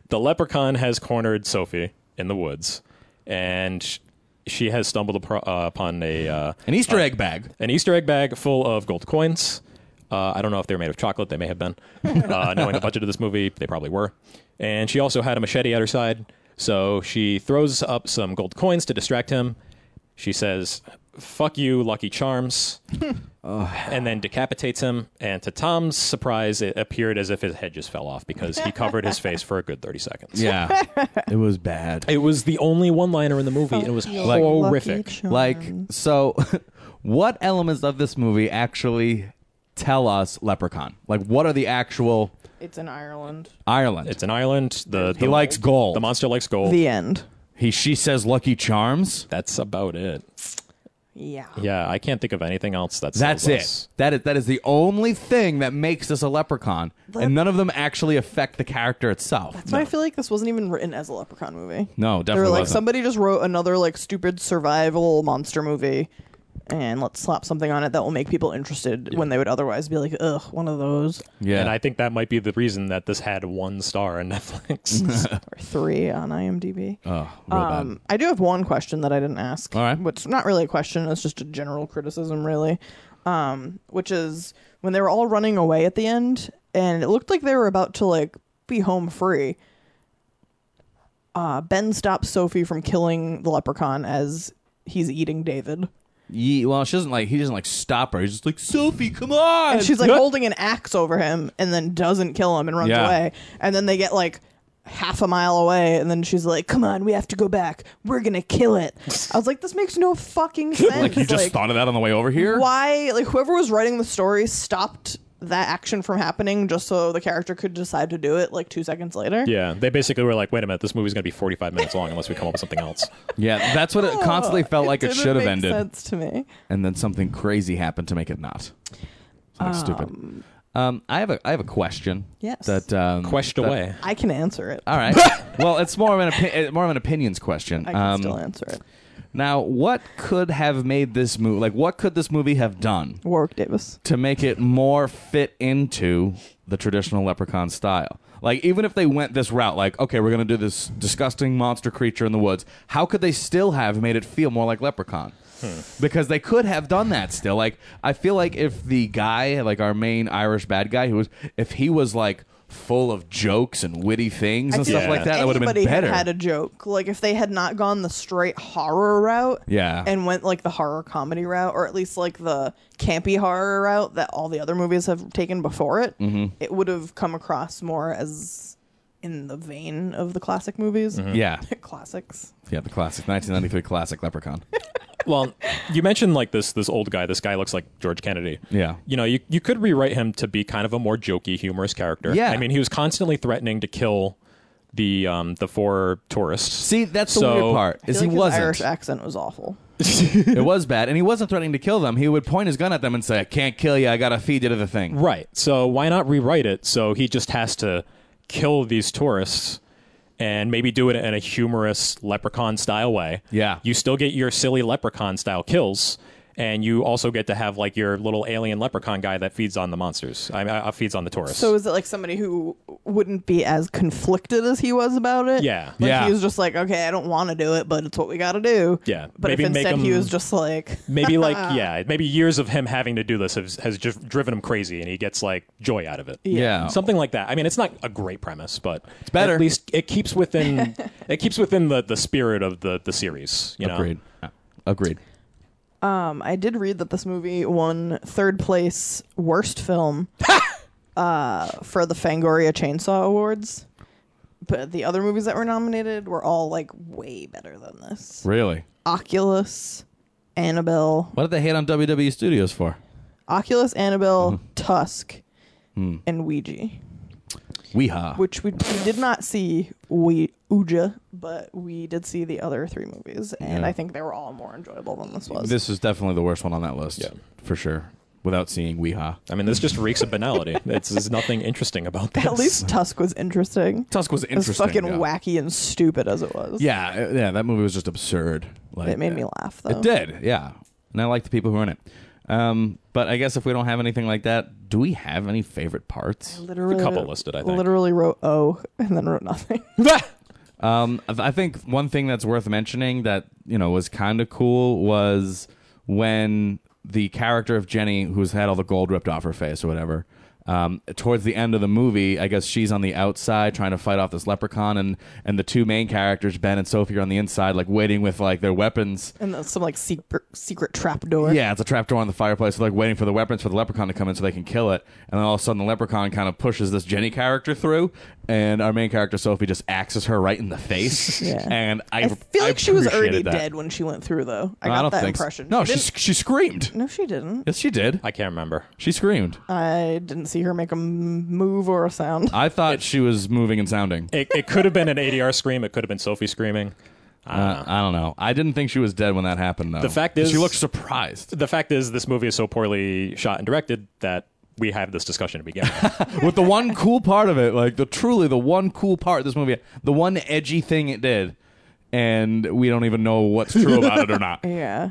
Speaker 6: the leprechaun has cornered Sophie in the woods, and she has stumbled upro- uh, upon a uh,
Speaker 4: An Easter egg bag.
Speaker 6: an Easter egg bag full of gold coins. Uh, I don't know if they were made of chocolate. They may have been. Uh, knowing the budget of this movie, they probably were. And she also had a machete at her side. So she throws up some gold coins to distract him. She says, Fuck you, Lucky Charms. and then decapitates him. And to Tom's surprise, it appeared as if his head just fell off because he covered his face for a good 30 seconds.
Speaker 4: Yeah, it was bad.
Speaker 6: It was the only one liner in the movie, and it was
Speaker 5: Like-
Speaker 6: horrific.
Speaker 5: Lucky
Speaker 4: Like,
Speaker 5: Um.
Speaker 4: so what elements of this movie actually tell us Leprechaun? Like, what are the actual
Speaker 5: It's in Ireland.
Speaker 4: Ireland?
Speaker 6: It's an island. The,
Speaker 4: he
Speaker 6: the-
Speaker 4: likes gold.
Speaker 6: The monster likes gold.
Speaker 5: The end.
Speaker 4: he she says Lucky Charms.
Speaker 6: That's about it.
Speaker 5: Yeah.
Speaker 6: Yeah, I can't think of anything else. That's
Speaker 4: That's it. That is that is the only thing that makes this a leprechaun,
Speaker 1: Lep-
Speaker 4: and none of them actually affect the character itself.
Speaker 5: So I feel like this wasn't even written as a Leprechaun movie.
Speaker 4: No,
Speaker 5: They were
Speaker 4: definitely
Speaker 5: like
Speaker 4: wasn't.
Speaker 5: somebody just wrote another like stupid survival monster movie, and let's slap something on it that will make people interested when they would otherwise be like, ugh, one of those
Speaker 4: yeah,
Speaker 6: And I think that might be the reason that this had one star on Netflix.
Speaker 5: or three on IMDb.
Speaker 4: oh, real
Speaker 5: Um, I do have one question that I didn't ask.
Speaker 4: All right.
Speaker 5: Which not really a question, it's just a general criticism really. Um, which is when they were all running away at the end and it looked like they were about to like be home free. Uh, ben stops Sophie from killing the leprechaun as he's eating David.
Speaker 4: bad. Ye- well, she doesn't like he doesn't like stop her. He's just like Sophie, come on.
Speaker 5: And she's like holding an axe over him and then doesn't kill him and runs
Speaker 4: Yeah.
Speaker 5: away. And then they get like half a mile away and then she's like, Come on, we have to go back. We're gonna kill it. I was like, This makes no fucking sense.
Speaker 4: like you just
Speaker 5: Like,
Speaker 4: thought of that on the way over here.
Speaker 5: why like whoever was writing the story stopped that action from happening just so the character could decide to do it like two seconds later.
Speaker 6: yeah, they basically were like, "Wait a minute, this movie's going to be 45 minutes long unless we come up with something else."
Speaker 4: Yeah, that's what it constantly felt like it
Speaker 5: Oh, didn't
Speaker 4: should have
Speaker 5: make
Speaker 4: ended,
Speaker 5: Sense to me.
Speaker 4: and then something crazy happened to make it not. So stupid. Um, I have a I have a question.
Speaker 5: Yes.
Speaker 4: That um,
Speaker 6: Question
Speaker 4: that-
Speaker 6: away.
Speaker 5: I can answer it.
Speaker 4: All right. well, it's more of an opi- uh, more of an opinions question.
Speaker 5: I can
Speaker 4: Um,
Speaker 5: still answer it.
Speaker 4: Now, what could have made this movie like what could this movie have done
Speaker 5: Warwick Davis.
Speaker 4: to make it more fit into the traditional leprechaun style? Like even if they went this route, like okay, we're going to do this disgusting monster creature in the woods, how could they still have made it feel more like leprechaun? Because they could have done that still. Like I feel like if the guy, like our main Irish bad guy who was if he was like full of jokes and witty things and
Speaker 5: feel
Speaker 4: stuff like that, that would have
Speaker 5: anybody
Speaker 4: been
Speaker 5: had
Speaker 4: better.
Speaker 5: Had a joke like if they had not gone the straight horror route,
Speaker 4: Yeah.
Speaker 5: and went like the horror comedy route, or at least like the campy horror route that all the other movies have taken before it,
Speaker 4: Mm-hmm.
Speaker 5: it would have come across more as in the vein of the classic movies,
Speaker 4: yeah.
Speaker 5: classics.
Speaker 4: Yeah, the classic 1993 classic Leprechaun.
Speaker 6: well, you mentioned like this this old guy. This guy looks like George Kennedy.
Speaker 4: Yeah.
Speaker 6: You know, you you could rewrite him to be kind of a more jokey, humorous character.
Speaker 4: Yeah.
Speaker 6: I mean, he was constantly threatening to kill the um the four tourists.
Speaker 4: See, that's the
Speaker 6: So-
Speaker 4: weird part
Speaker 5: I
Speaker 4: is
Speaker 5: feel
Speaker 4: he
Speaker 5: like his Irish
Speaker 4: wasn't.
Speaker 5: accent was awful.
Speaker 4: it was bad, and he wasn't threatening to kill them. He would point his gun at them and say, "I can't kill you. I gotta feed you to the thing."
Speaker 6: Right. So why not rewrite it so he just has to kill these tourists and maybe do it in a humorous leprechaun style way.
Speaker 4: Yeah.
Speaker 6: You still get your silly leprechaun style kills and you also get to have like your little alien leprechaun guy that feeds on the monsters. I mean, uh, feeds on the tourists.
Speaker 5: So is it like somebody who wouldn't be as conflicted as he was about it?
Speaker 6: Yeah.
Speaker 5: like
Speaker 4: Yeah.
Speaker 5: he was just like, okay, I don't want to do it, but it's what we got to do.
Speaker 6: Yeah.
Speaker 5: but
Speaker 6: Maybe
Speaker 5: if
Speaker 6: make
Speaker 5: instead he
Speaker 6: him-
Speaker 5: was just like.
Speaker 6: maybe like yeah, maybe years of him having to do this has, has just driven him crazy and he gets like joy out of it.
Speaker 4: Yeah.
Speaker 6: something like that. I mean, it's not a great premise, but it's
Speaker 4: better.
Speaker 6: At least it keeps within it keeps within the, the spirit of the, the series. You know,
Speaker 4: Agreed. Yeah. Agreed.
Speaker 5: Um, I did read that this movie won third place worst film uh, for the Fangoria Chainsaw Awards. But the other movies that were nominated were all like way better than this.
Speaker 4: Really?
Speaker 5: Oculus, Annabelle,
Speaker 4: What did they hate on WWE Studios for?
Speaker 5: Oculus, Annabelle, Tusk, and Ouija,
Speaker 4: Weeha.
Speaker 5: which we, we did not see we Ouija, but we did see the other three movies, and
Speaker 4: Yeah.
Speaker 5: I think they were all more enjoyable than this was.
Speaker 4: This is definitely the worst one on that list.
Speaker 6: Yeah.
Speaker 4: for sure. Without seeing Weeha,
Speaker 6: I mean, this just reeks of banality. it's, there's nothing interesting about this.
Speaker 5: At least Tusk was interesting.
Speaker 4: Tusk was
Speaker 5: as
Speaker 4: interesting.
Speaker 5: fucking
Speaker 4: yeah.
Speaker 5: wacky and stupid as it was.
Speaker 4: Yeah, uh, yeah, that movie was just absurd. Like
Speaker 5: It made me laugh though.
Speaker 4: It did, yeah. And I like the people who are in it. Um, but I guess if we don't have anything like that, do we have any favorite parts?
Speaker 5: Literally,
Speaker 6: couple listed, I think.
Speaker 5: Literally wrote O and then wrote nothing.
Speaker 4: Um, I I think one thing that's worth mentioning that you know was kind of cool was when the character of Jenny, who's had all the gold ripped off her face or whatever, um, towards the end of the movie, I guess she's on the outside trying to fight off this leprechaun, and and the two main characters, Ben and Sophie, are on the inside, like waiting with like their weapons.
Speaker 5: And that's some like secret secret trap door.
Speaker 4: Yeah, it's a trapdoor on the fireplace, like waiting for the weapons for the leprechaun to come in so they can kill it. And then all of a sudden, the leprechaun kind of pushes this Jenny character through, and our main character Sophie just axes her right in the face.
Speaker 5: Yeah.
Speaker 4: And I,
Speaker 5: I feel like she was
Speaker 4: appreciated
Speaker 5: already
Speaker 4: that.
Speaker 5: dead when she went through, though. I
Speaker 4: No,
Speaker 5: got
Speaker 4: don't
Speaker 5: that
Speaker 4: think so.
Speaker 5: impression.
Speaker 4: No,
Speaker 5: she
Speaker 4: she
Speaker 5: didn't-
Speaker 4: she, screamed.
Speaker 5: no, she didn't.
Speaker 4: Yes, she did.
Speaker 6: I can't remember.
Speaker 4: She screamed.
Speaker 5: Uh, I didn't see her make a m- move or a sound.
Speaker 4: I thought she was moving and sounding.
Speaker 6: It, it could have been an ADR scream. It could have been Sophie screaming.
Speaker 4: Uh, I don't know. I didn't think she was dead when that happened, though.
Speaker 6: The fact
Speaker 4: she
Speaker 6: is-
Speaker 4: looked surprised
Speaker 6: The fact is, this movie is so poorly shot and directed that we have this discussion to begin with.
Speaker 4: with the one cool part of it, like the truly the one cool part of this movie, the one edgy thing it did, and we don't even know what's true about it or not.
Speaker 5: Yeah.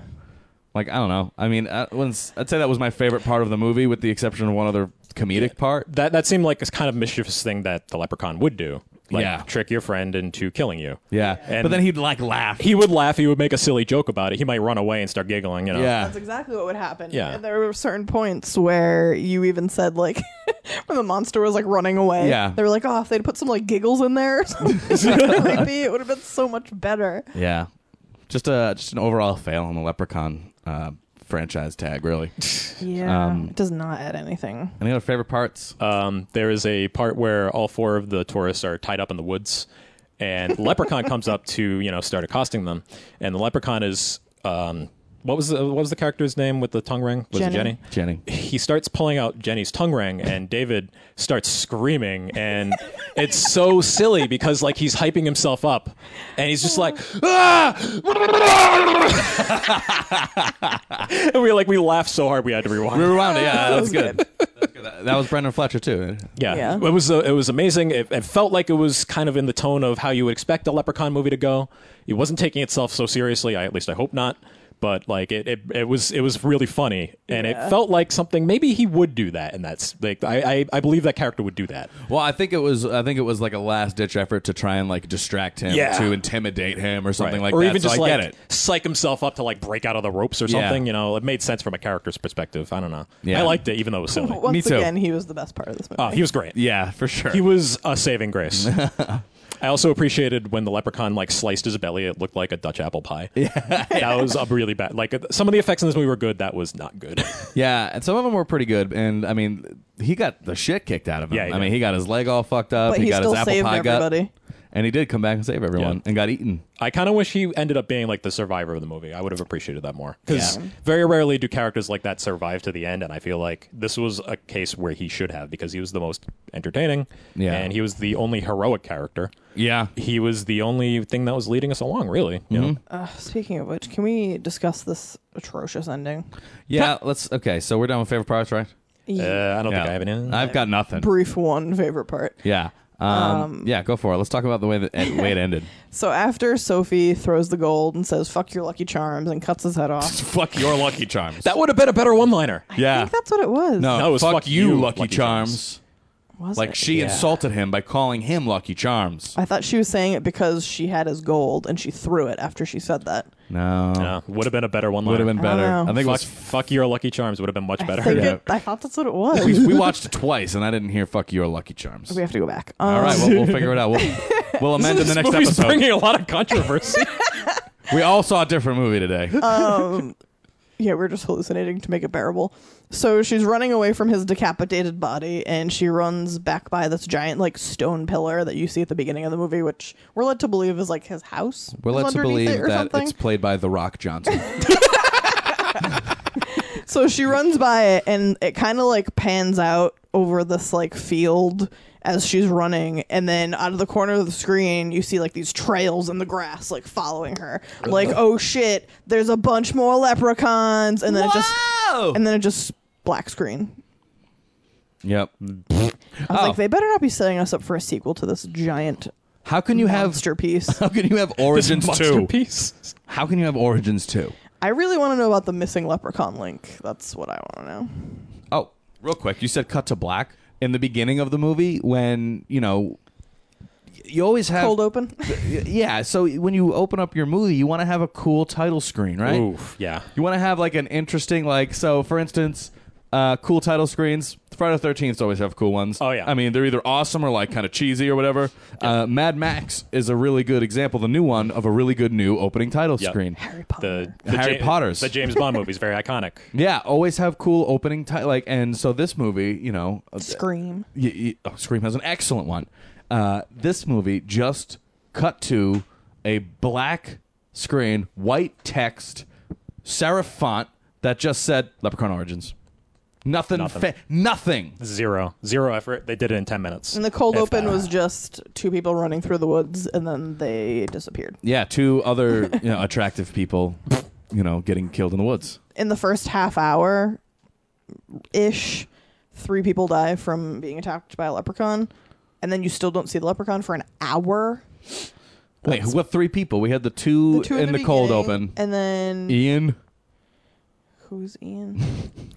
Speaker 4: Like I don't know. I mean, I, once, I'd say that was my favorite part of the movie, with the exception of one other comedic part.
Speaker 6: that that seemed like a kind of mischievous thing that the leprechaun would do. Like,
Speaker 4: Yeah.
Speaker 6: trick your friend into killing you.
Speaker 4: Yeah,
Speaker 6: And
Speaker 4: but then he'd like laugh.
Speaker 6: he would laugh. He would make a silly joke about it. He might run away and start giggling. You know.
Speaker 4: yeah,
Speaker 5: That's exactly what would happen.
Speaker 6: Yeah.
Speaker 5: And there were certain points where you even said like when the monster was like running away.
Speaker 4: Yeah.
Speaker 5: They were like, oh, if they'd put some like giggles in there or something, maybe it would have been so much better.
Speaker 4: Yeah, just a just an overall fail on the Leprechaun uh, franchise tag, really.
Speaker 5: Yeah.
Speaker 4: Um,
Speaker 5: it does not add anything.
Speaker 4: Any other favorite parts?
Speaker 6: Um, there is a part where all four of the tourists are tied up in the woods, and Leprechaun comes up to you know start accosting them, and the Leprechaun is um, what was the, what was the character's name with the tongue ring? Was
Speaker 5: Jenny.
Speaker 6: it
Speaker 4: Jenny.
Speaker 6: Jenny? He starts pulling out Jenny's tongue ring, and David starts screaming, and it's so silly because like he's hyping himself up, and he's just like, ah! and we like we laughed so hard we had to rewind. Uh,
Speaker 4: We rewound it. Yeah, that was good. That was good. That- That was Brendan Fletcher too.
Speaker 6: Yeah.
Speaker 5: Yeah.
Speaker 6: it was uh, it was amazing. It, it felt like it was kind of in the tone of how you would expect a Leprechaun movie to go. It wasn't taking itself so seriously. I, at least I hope not. But like it, it, it was it was really funny, and
Speaker 5: Yeah.
Speaker 6: it felt like something. Maybe he would do that, and that's like I, I, I believe that character would do that.
Speaker 4: Well, I think it was. I think it was like a last ditch effort to try and like distract him,
Speaker 6: Yeah.
Speaker 4: to intimidate him or something like
Speaker 6: or
Speaker 4: that.
Speaker 6: even
Speaker 4: so
Speaker 6: just
Speaker 4: I
Speaker 6: like
Speaker 4: get it.
Speaker 6: psych himself up to like break out of the ropes or
Speaker 4: Yeah.
Speaker 6: something. You know, it made sense from a character's perspective. I don't know.
Speaker 4: Yeah.
Speaker 6: I liked it, even though it was silly.
Speaker 5: Once
Speaker 4: too.
Speaker 5: again, he was the best part of this movie.
Speaker 6: Oh, he was great.
Speaker 4: Yeah, for sure.
Speaker 6: He was a saving grace. I also appreciated when the leprechaun like sliced his belly. It looked like a Dutch apple pie. Yeah, that was a really bad. Like some of the effects in this movie were good. That was not good.
Speaker 4: yeah, and some of them were pretty good. And I mean, he got the shit kicked out of him.
Speaker 6: Yeah, he
Speaker 4: I mean,
Speaker 6: did.
Speaker 4: he got his leg all fucked up.
Speaker 5: But
Speaker 4: he,
Speaker 5: he
Speaker 4: got
Speaker 5: still
Speaker 4: his apple
Speaker 5: saved
Speaker 4: pie
Speaker 5: everybody.
Speaker 4: gut, and he did come back and save everyone
Speaker 6: Yeah.
Speaker 4: and got eaten.
Speaker 6: I kind of wish he ended up being like the survivor of the movie. I would have appreciated that more because
Speaker 4: Yeah.
Speaker 6: very rarely do characters like that survive to the end. And I feel like this was a case where he should have because he was the most entertaining.
Speaker 4: Yeah.
Speaker 6: and he was the only heroic character.
Speaker 4: Yeah,
Speaker 6: He was the only thing that was leading us along. Really, you know?
Speaker 5: Uh, speaking of which, can we discuss this atrocious ending
Speaker 4: Uh. yeah. Let's okay. So we're done with favorite parts, right?
Speaker 6: Uh, I don't think I have any.
Speaker 4: I've got nothing.
Speaker 5: brief one favorite part?
Speaker 4: Yeah. Um, yeah, go for it. Let's talk about the way that the way it ended.
Speaker 5: So after Sophie throws the gold and says "fuck your lucky charms" and cuts his head off,
Speaker 4: Fuck your lucky charms.
Speaker 6: that would have been a better one-liner.
Speaker 5: I
Speaker 4: yeah.
Speaker 5: think that's what it was.
Speaker 4: no,
Speaker 6: No, it was
Speaker 4: fuck,
Speaker 6: fuck
Speaker 4: you,
Speaker 6: you,
Speaker 4: lucky,
Speaker 6: Lucky
Speaker 4: charms.
Speaker 6: Charms.
Speaker 5: was
Speaker 4: Like
Speaker 5: it?
Speaker 4: she insulted him by calling him lucky charms.
Speaker 5: I thought she was saying it because she had his gold and she threw it after she said that.
Speaker 4: No.
Speaker 6: Yeah, Oh. would have been a better one.
Speaker 4: Would have been better. I,
Speaker 5: know.
Speaker 4: think it
Speaker 6: Fuck,
Speaker 4: was
Speaker 6: fuck your Lucky Charms would have been much
Speaker 5: I,
Speaker 6: better.
Speaker 5: think
Speaker 4: Yeah.
Speaker 5: it, I thought that's what it was.
Speaker 4: we, we watched it twice and I didn't hear fuck your lucky charms.
Speaker 5: we have to go back.
Speaker 4: All
Speaker 5: Um,
Speaker 4: right, well, we'll figure it out. We'll, we'll amend in the next episode.
Speaker 6: bringing a lot of controversy.
Speaker 4: We all saw a different movie today.
Speaker 5: Uh, Yeah, we're just hallucinating to make it bearable. So she's running away from his decapitated body and she runs back by this giant like stone pillar that you see at the beginning of the movie, which we're led to believe is like his house.
Speaker 4: We're
Speaker 5: is
Speaker 4: led to
Speaker 5: underneath
Speaker 4: believe
Speaker 5: it or
Speaker 4: that
Speaker 5: something.
Speaker 4: it's played by The Rock Johnson.
Speaker 5: So she runs by it, and it kind of like pans out over this like field as she's running, and then out of the corner of the screen, you see like these trails in the grass, like following her. Like, oh shit, there's a bunch more leprechauns, and then it just
Speaker 4: Whoa!
Speaker 5: and then it just black screen.
Speaker 4: yep.
Speaker 5: I was
Speaker 4: Oh.
Speaker 5: like, they better not be setting us up for a sequel to this giant
Speaker 4: How can you have
Speaker 5: masterpiece.
Speaker 4: how can you have Origins two?
Speaker 6: Masterpiece.
Speaker 4: How can you have Origins two?
Speaker 5: I really want to know about the missing leprechaun link. That's what I want to know.
Speaker 4: Oh, real quick, you said cut to black in the beginning of the movie when you know you always have
Speaker 5: Cold open.
Speaker 4: yeah so when you open up your movie you want to have a cool title screen right
Speaker 6: Oof, yeah.
Speaker 4: you want to have like an interesting like so for instance uh, cool title screens friday the 13th always have cool ones
Speaker 6: Oh, yeah.
Speaker 4: i mean they're either awesome or like kind of cheesy or whatever uh, mad max is a really good example the new one of a really good new opening title
Speaker 6: Yep.
Speaker 4: screen
Speaker 5: Harry Potter.
Speaker 6: The, the
Speaker 4: Harry
Speaker 6: Ja-
Speaker 4: Potters.
Speaker 6: The James Bond movie is very iconic.
Speaker 4: yeah always have cool opening title like and so this movie you know
Speaker 5: Scream.
Speaker 4: y- y- oh, Scream has an excellent one. Uh, this movie just cut to a black screen, white text, serif font that just said Leprechaun Origins. Nothing. Nothing.
Speaker 6: Nothing.
Speaker 4: Fa- nothing.
Speaker 6: Zero. Zero effort. They did it in 10 minutes.
Speaker 5: And the cold
Speaker 6: If
Speaker 5: open
Speaker 6: that.
Speaker 5: was just two people running through the woods, and then they disappeared.
Speaker 4: Yeah, two other you know, attractive people, you know, getting killed in the woods.
Speaker 5: In the first half hour, ish, three people die from being attacked by a leprechaun, and then you still don't see the leprechaun for an hour.
Speaker 4: Wait, what three people? We had the two,
Speaker 5: two
Speaker 4: in the, cold
Speaker 5: beginning,
Speaker 4: open. E-
Speaker 5: and then
Speaker 4: Ian.
Speaker 5: who's Ian?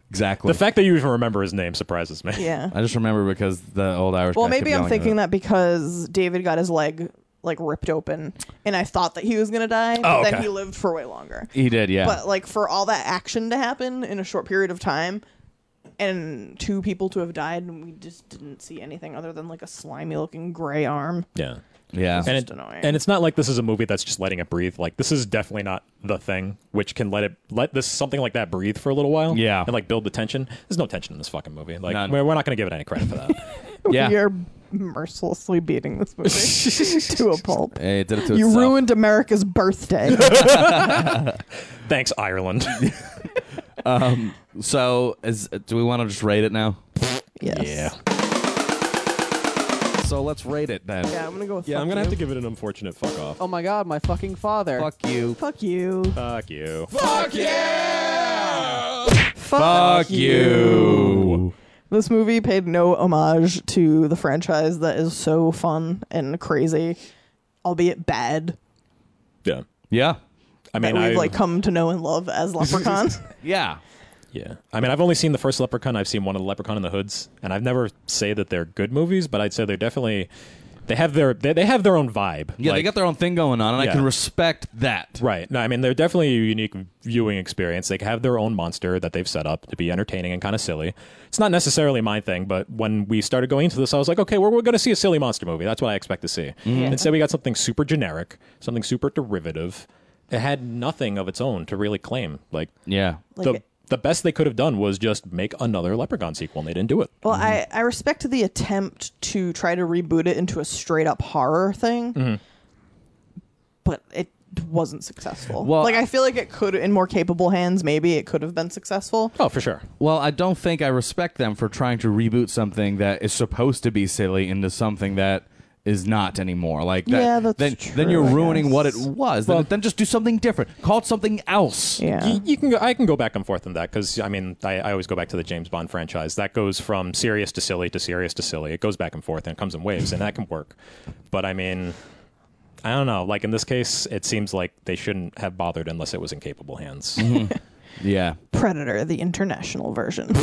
Speaker 4: Exactly.
Speaker 6: The fact that you even remember his name surprises me.
Speaker 5: Yeah.
Speaker 4: I just remember because the old Irish.
Speaker 5: Well,
Speaker 4: guy kept
Speaker 5: maybe I'm
Speaker 4: yelling at
Speaker 5: thinking
Speaker 4: it.
Speaker 5: that because David got his leg like ripped open, and I thought that he was gonna die, but
Speaker 6: Oh,
Speaker 5: then
Speaker 6: okay.
Speaker 5: he lived for way longer.
Speaker 4: he did. Yeah.
Speaker 5: But like for all that action to happen in a short period of time, and two people to have died, and we just didn't see anything other than like a slimy looking gray arm.
Speaker 6: Yeah.
Speaker 4: yeah.
Speaker 6: And,
Speaker 5: just
Speaker 6: it-
Speaker 5: annoying.
Speaker 6: and it's not like this is a movie that's just letting it breathe. Like this is definitely not the thing which can let it let this something like that breathe for a little while.
Speaker 4: Yeah.
Speaker 6: and like build the tension. There's no tension in this fucking movie. Like
Speaker 4: None.
Speaker 6: we're, we're not going to give it any credit for that.
Speaker 4: yeah.
Speaker 5: We are mercilessly beating this movie to a pulp.
Speaker 4: Hey, it did it to
Speaker 5: You
Speaker 4: itself.
Speaker 5: ruined America's birthday.
Speaker 6: Thanks Ireland.
Speaker 4: So, is do we want to just rate it now?
Speaker 5: yes.
Speaker 4: So let's rate it then.
Speaker 5: Yeah, I'm gonna go with.
Speaker 6: Yeah,
Speaker 5: fuck
Speaker 6: I'm gonna
Speaker 5: you.
Speaker 6: have to give it an unfortunate fuck off.
Speaker 8: Oh my god, my fucking father.
Speaker 4: Fuck you.
Speaker 5: Fuck you.
Speaker 4: Uh,
Speaker 6: Fuck you.
Speaker 4: Fuck you.
Speaker 5: This movie paid no homage to the franchise that is so fun and crazy, albeit bad,
Speaker 6: Yeah.
Speaker 4: Yeah.
Speaker 6: I mean,
Speaker 5: that we've
Speaker 6: I
Speaker 5: like come to know and love as Leprechaun.
Speaker 4: Yeah.
Speaker 6: yeah. I mean, I've only seen the first Leprechaun. I've seen one of the Leprechaun in the Hoods, and I've never say that they're good movies, but I'd say they're definitely they have their they, they have their own vibe.
Speaker 4: Yeah, they
Speaker 6: Like-
Speaker 4: got their own thing going on, and I
Speaker 6: Yeah.
Speaker 4: can respect that.
Speaker 6: Right. No, I mean they're definitely a unique viewing experience. They have their own monster that they've set up to be entertaining and kind of silly. It's not necessarily my thing, but when we started going into this, I was like, okay, we're, we're going to see a silly monster movie. That's what I expect to see.
Speaker 5: Mm-hmm.
Speaker 6: Instead, we got something super generic, something super derivative. It had nothing of its own to really claim. Like,
Speaker 4: Yeah.
Speaker 5: Like
Speaker 6: the
Speaker 5: it-
Speaker 6: the best they could have done was just make another Leprechaun sequel, and they didn't do it.
Speaker 5: well, I, I respect the attempt to try to reboot it into a straight up horror thing, but it wasn't successful.
Speaker 4: Well,
Speaker 5: like, I feel like it could, in more capable hands, maybe it could have been successful.
Speaker 6: Oh, for sure.
Speaker 4: Well, I don't think I respect them for trying to reboot something that is supposed to be silly into something that is not anymore. Like that,
Speaker 5: Yeah, that's
Speaker 4: then,
Speaker 5: true,
Speaker 4: then you're
Speaker 5: I
Speaker 4: ruining what it
Speaker 5: guess.
Speaker 4: was. then, then just do something different. Call it something else.
Speaker 5: Yeah.
Speaker 6: You, you can go, I can go back and forth on that because I mean I, I always go back to the James Bond franchise. That goes from serious to silly to serious to silly. It goes back and forth and it comes in waves and that can work. But I mean, I don't know. Like in this case, it seems like they shouldn't have bothered unless it was in capable hands.
Speaker 4: Yeah.
Speaker 5: Predator, the international version.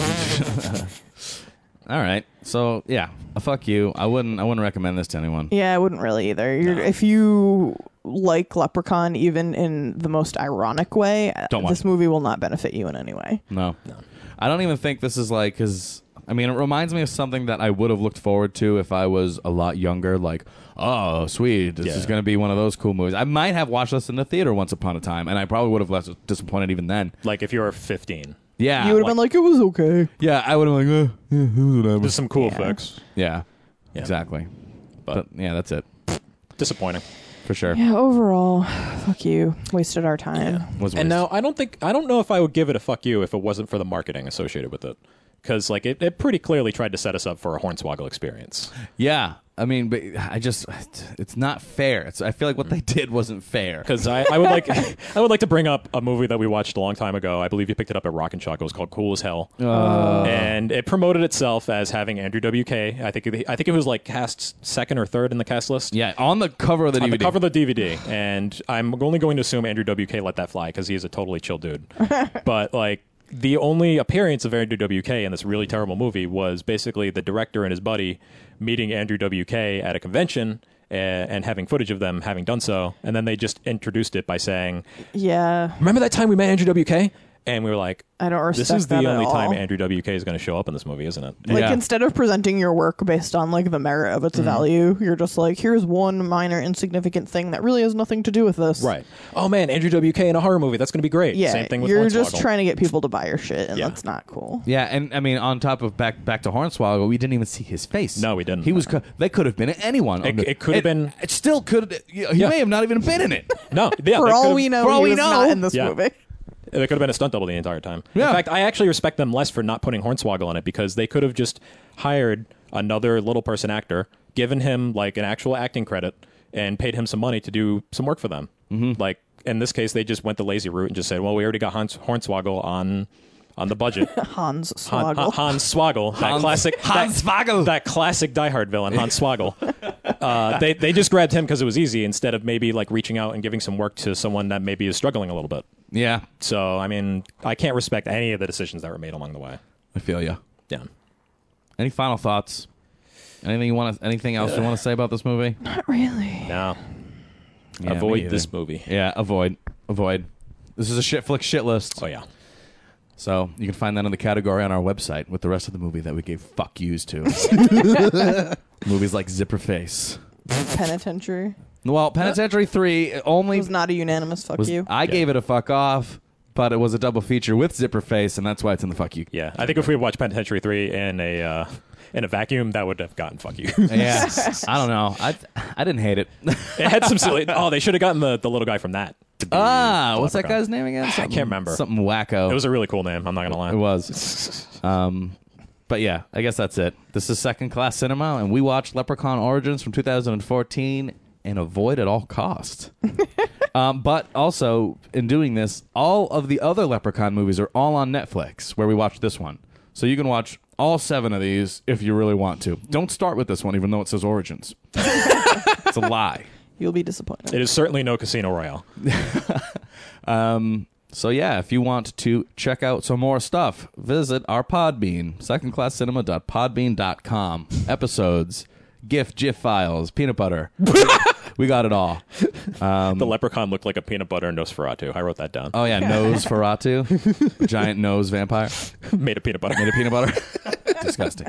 Speaker 4: All right. So yeah, a fuck you. I wouldn't. I wouldn't recommend this to anyone.
Speaker 5: Yeah, I wouldn't really either. You're, If you like Leprechaun, even in the most ironic way, uh,
Speaker 4: Don't watch
Speaker 5: this
Speaker 4: it.
Speaker 5: movie will not benefit you in any way.
Speaker 4: No. I don't even think this is like because I mean it reminds me of something that I would have looked forward to if I was a lot younger. Like, oh, sweet, this is
Speaker 6: Yeah.
Speaker 4: going to be one of those cool movies. I might have watched this in the theater once upon a time, and I probably would have less disappointed even then.
Speaker 6: like if you were 15,
Speaker 4: Yeah,
Speaker 5: you would have been like, it was okay.
Speaker 4: yeah, I would have been like, eh, yeah, it was whatever.
Speaker 6: there's some cool
Speaker 5: Yeah.
Speaker 6: effects.
Speaker 4: yeah,
Speaker 6: Yeah.
Speaker 4: exactly. But,
Speaker 6: But-
Speaker 4: yeah, that's it
Speaker 6: Disappointing.
Speaker 4: for sure.
Speaker 5: Yeah, overall, fuck you. Wasted our time.
Speaker 4: Was waste.
Speaker 6: And now I don't think I don't know if I would give it a fuck you if it wasn't for the marketing associated with it. Because like it, it pretty clearly tried to set us up for a hornswoggle experience.
Speaker 4: yeah. I mean, but I just, it's not fair. It's, I feel like what they did wasn't fair.
Speaker 6: because I, I would like I would like to bring up a movie that we watched a long time ago. I believe you picked it up at Rock and Shock. It was called Cool as Hell, and it promoted itself as having Andrew WK. I think it, I think it was like cast second or third in the cast list.
Speaker 4: Yeah, on the cover of the
Speaker 6: On
Speaker 4: DVD.
Speaker 6: the cover of the DVD, and I'm only going to assume Andrew WK let that fly because he is a totally chill dude. but like the only appearance of Andrew WK in this really terrible movie was basically the director and his buddy meeting Andrew WK at a convention, uh, and having footage of them having done so, and then they just introduced it by saying,
Speaker 5: Yeah.
Speaker 6: "Remember that time we met Andrew WK?" And we were like,
Speaker 5: I don't
Speaker 6: "This
Speaker 5: respect
Speaker 6: is the
Speaker 5: that at
Speaker 6: only time
Speaker 5: all.
Speaker 6: Andrew WK is going to show up in this movie, isn't it?"
Speaker 5: Like
Speaker 4: Yeah.
Speaker 5: instead of presenting your work based on like the merit of its value, you're just like, here's one minor insignificant thing that really has nothing to do with this.
Speaker 6: Right. Oh man, Andrew WK in a horror movie. That's going to be great.
Speaker 5: Yeah.
Speaker 6: Same thing with
Speaker 5: you're just
Speaker 6: Hornswoggle.
Speaker 5: trying to get people to buy your shit, and
Speaker 6: Yeah.
Speaker 5: that's not cool.
Speaker 4: Yeah, and I mean, on top of back back to Hornswoggle, we didn't even see his face.
Speaker 6: No, we didn't.
Speaker 4: He was. co- They could have been anyone.
Speaker 6: It- it could have been-
Speaker 4: It still could. uh, He
Speaker 6: Yeah.
Speaker 4: may have not even been in it.
Speaker 6: No, yeah,
Speaker 5: For
Speaker 6: they
Speaker 5: all
Speaker 6: could've-
Speaker 5: we know,
Speaker 4: for all
Speaker 5: he
Speaker 4: we
Speaker 5: was
Speaker 4: know.
Speaker 5: not in this
Speaker 6: Yeah.
Speaker 5: movie.
Speaker 6: They could have been a stunt double the entire time.
Speaker 4: Yeah.
Speaker 6: In fact, I actually respect them less for not putting Hornswoggle in it because they could have just hired another little person actor, given him like an actual acting credit, and paid him some money to do some work for them.
Speaker 4: Mm-hmm.
Speaker 6: Like in this case, they just went the lazy route and just said, "Well, we already got Hans Hornswoggle on on the budget."
Speaker 5: Hans
Speaker 6: Han,
Speaker 5: Swoggle.
Speaker 6: Han, Hans Swoggle, that
Speaker 4: Hans-
Speaker 6: classic
Speaker 4: Hans
Speaker 6: that,
Speaker 4: Swoggle.
Speaker 6: that classic Die Hard villain, Hans Swoggle. Uh, they they just grabbed him because it was easy instead of maybe like reaching out and giving some work to someone that maybe is struggling a little bit.
Speaker 4: Yeah,
Speaker 6: So I mean, I can't respect any of the decisions that were made along the way.
Speaker 4: I feel you.
Speaker 6: Yeah.
Speaker 4: Any final thoughts? Anything you want? To, anything else you want to say about this movie?
Speaker 5: Not really.
Speaker 6: Now,
Speaker 4: Yeah, me
Speaker 6: avoid
Speaker 4: either.
Speaker 6: this movie.
Speaker 4: Yeah, avoid, avoid. This is a shit flick shit list.
Speaker 6: Oh yeah.
Speaker 4: So you can find that in the category on our website with the rest of the movie that we gave fuck yous to. Movies like Zipper Face.
Speaker 5: Penitentiary
Speaker 4: Well, Penitentiary Three only
Speaker 5: was not a unanimous fuck
Speaker 4: was-
Speaker 5: you.
Speaker 4: I gave it a fuck off, but it was a double feature with Zipper Face, and that's why it's in the fuck you.
Speaker 6: Yeah. I think if we had watched Penitentiary three in a uh, in a vacuum, that would have gotten fuck you.
Speaker 4: Yeah. I don't know. I I didn't hate it.
Speaker 6: it had some silly. Oh, they should have gotten the, the little guy from that. to be
Speaker 4: ah,
Speaker 6: the
Speaker 4: what's that
Speaker 6: leprechaun.
Speaker 4: guy's name again? Something-
Speaker 6: remember.
Speaker 4: Something wacko.
Speaker 6: It was a really cool name. I'm not gonna lie.
Speaker 4: It was. um, but yeah, I guess that's it. This is second class cinema, and we watched Leprechaun Origins from 2014 and avoid at all costs. um, but also, in doing this, all of the other Leprechaun movies are all on Netflix, where we watched this one. So you can watch all seven of these if you really want to. Don't start with this one, even though it says Origins. it's a lie.
Speaker 5: You'll be disappointed.
Speaker 6: It is certainly no Casino Royale.
Speaker 4: So yeah, if you want to check out some more stuff, visit our Podbean, secondclasscinema.podbean.com. Episodes, GIF, GIF files, peanut butter. we got it all. Um,
Speaker 6: the leprechaun looked like a peanut butter Nosferatu. I wrote that down.
Speaker 4: Oh yeah, nose Feratu, giant nose vampire,
Speaker 6: Made a peanut butter.
Speaker 4: made of peanut butter. Disgusting.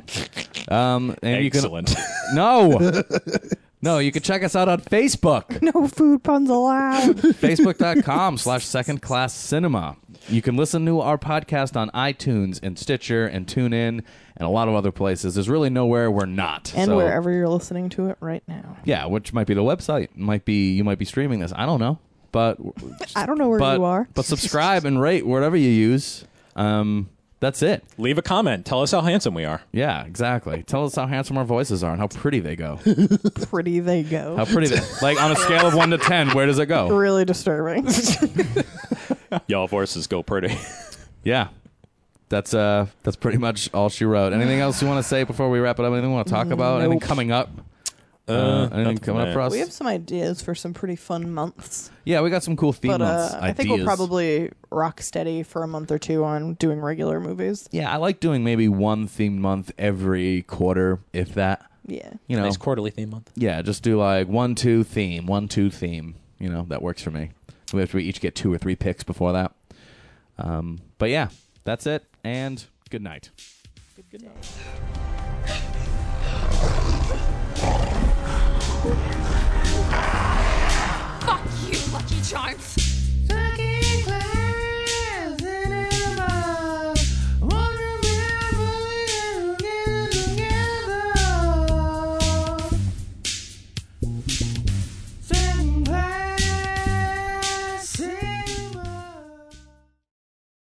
Speaker 4: Um, and
Speaker 6: Excellent.
Speaker 4: you can no, no, you can check us out on Facebook.
Speaker 5: No food puns allowed.
Speaker 4: facebook.com slash second class cinema you can listen to our podcast on itunes and stitcher and TuneIn and a lot of other places there's really nowhere we're not
Speaker 5: and
Speaker 4: So,
Speaker 5: wherever you're listening to it right now.
Speaker 4: yeah which might be the website might be you might be streaming this i don't know but
Speaker 5: I don't know where
Speaker 4: but,
Speaker 5: you are.
Speaker 4: but subscribe and rate whatever you use um that's it
Speaker 6: Leave a comment. Tell us how handsome we are.
Speaker 4: yeah exactly tell us how handsome our voices are and how pretty they go
Speaker 5: Pretty they go.
Speaker 4: how pretty they like on a scale of 1 to 10 where does it go
Speaker 5: really disturbing.
Speaker 6: Y'all voices go pretty.
Speaker 4: Yeah. That's uh that's pretty much all she wrote. Anything else you want to say before we wrap it up? Anything you want to talk about? Anything
Speaker 5: Nope.
Speaker 4: coming up? Uh, anything
Speaker 6: nothing
Speaker 4: coming up for
Speaker 6: planned.
Speaker 4: us?
Speaker 5: we have some ideas for some pretty fun months,
Speaker 4: yeah, we got some cool theme
Speaker 5: but uh,
Speaker 4: months
Speaker 5: I think we'll
Speaker 4: ideas.
Speaker 5: probably rock steady for a month or two on doing regular movies.
Speaker 4: Yeah, I like doing maybe one theme month every quarter, if that.
Speaker 5: Yeah.
Speaker 4: You know,
Speaker 6: Nice quarterly theme month.
Speaker 4: yeah, just do like one two theme, one two theme. You know, that works for me. We have to each get two or three picks before that. Um, but yeah, that's it. And good night.
Speaker 8: Fuck you, Lucky Charms.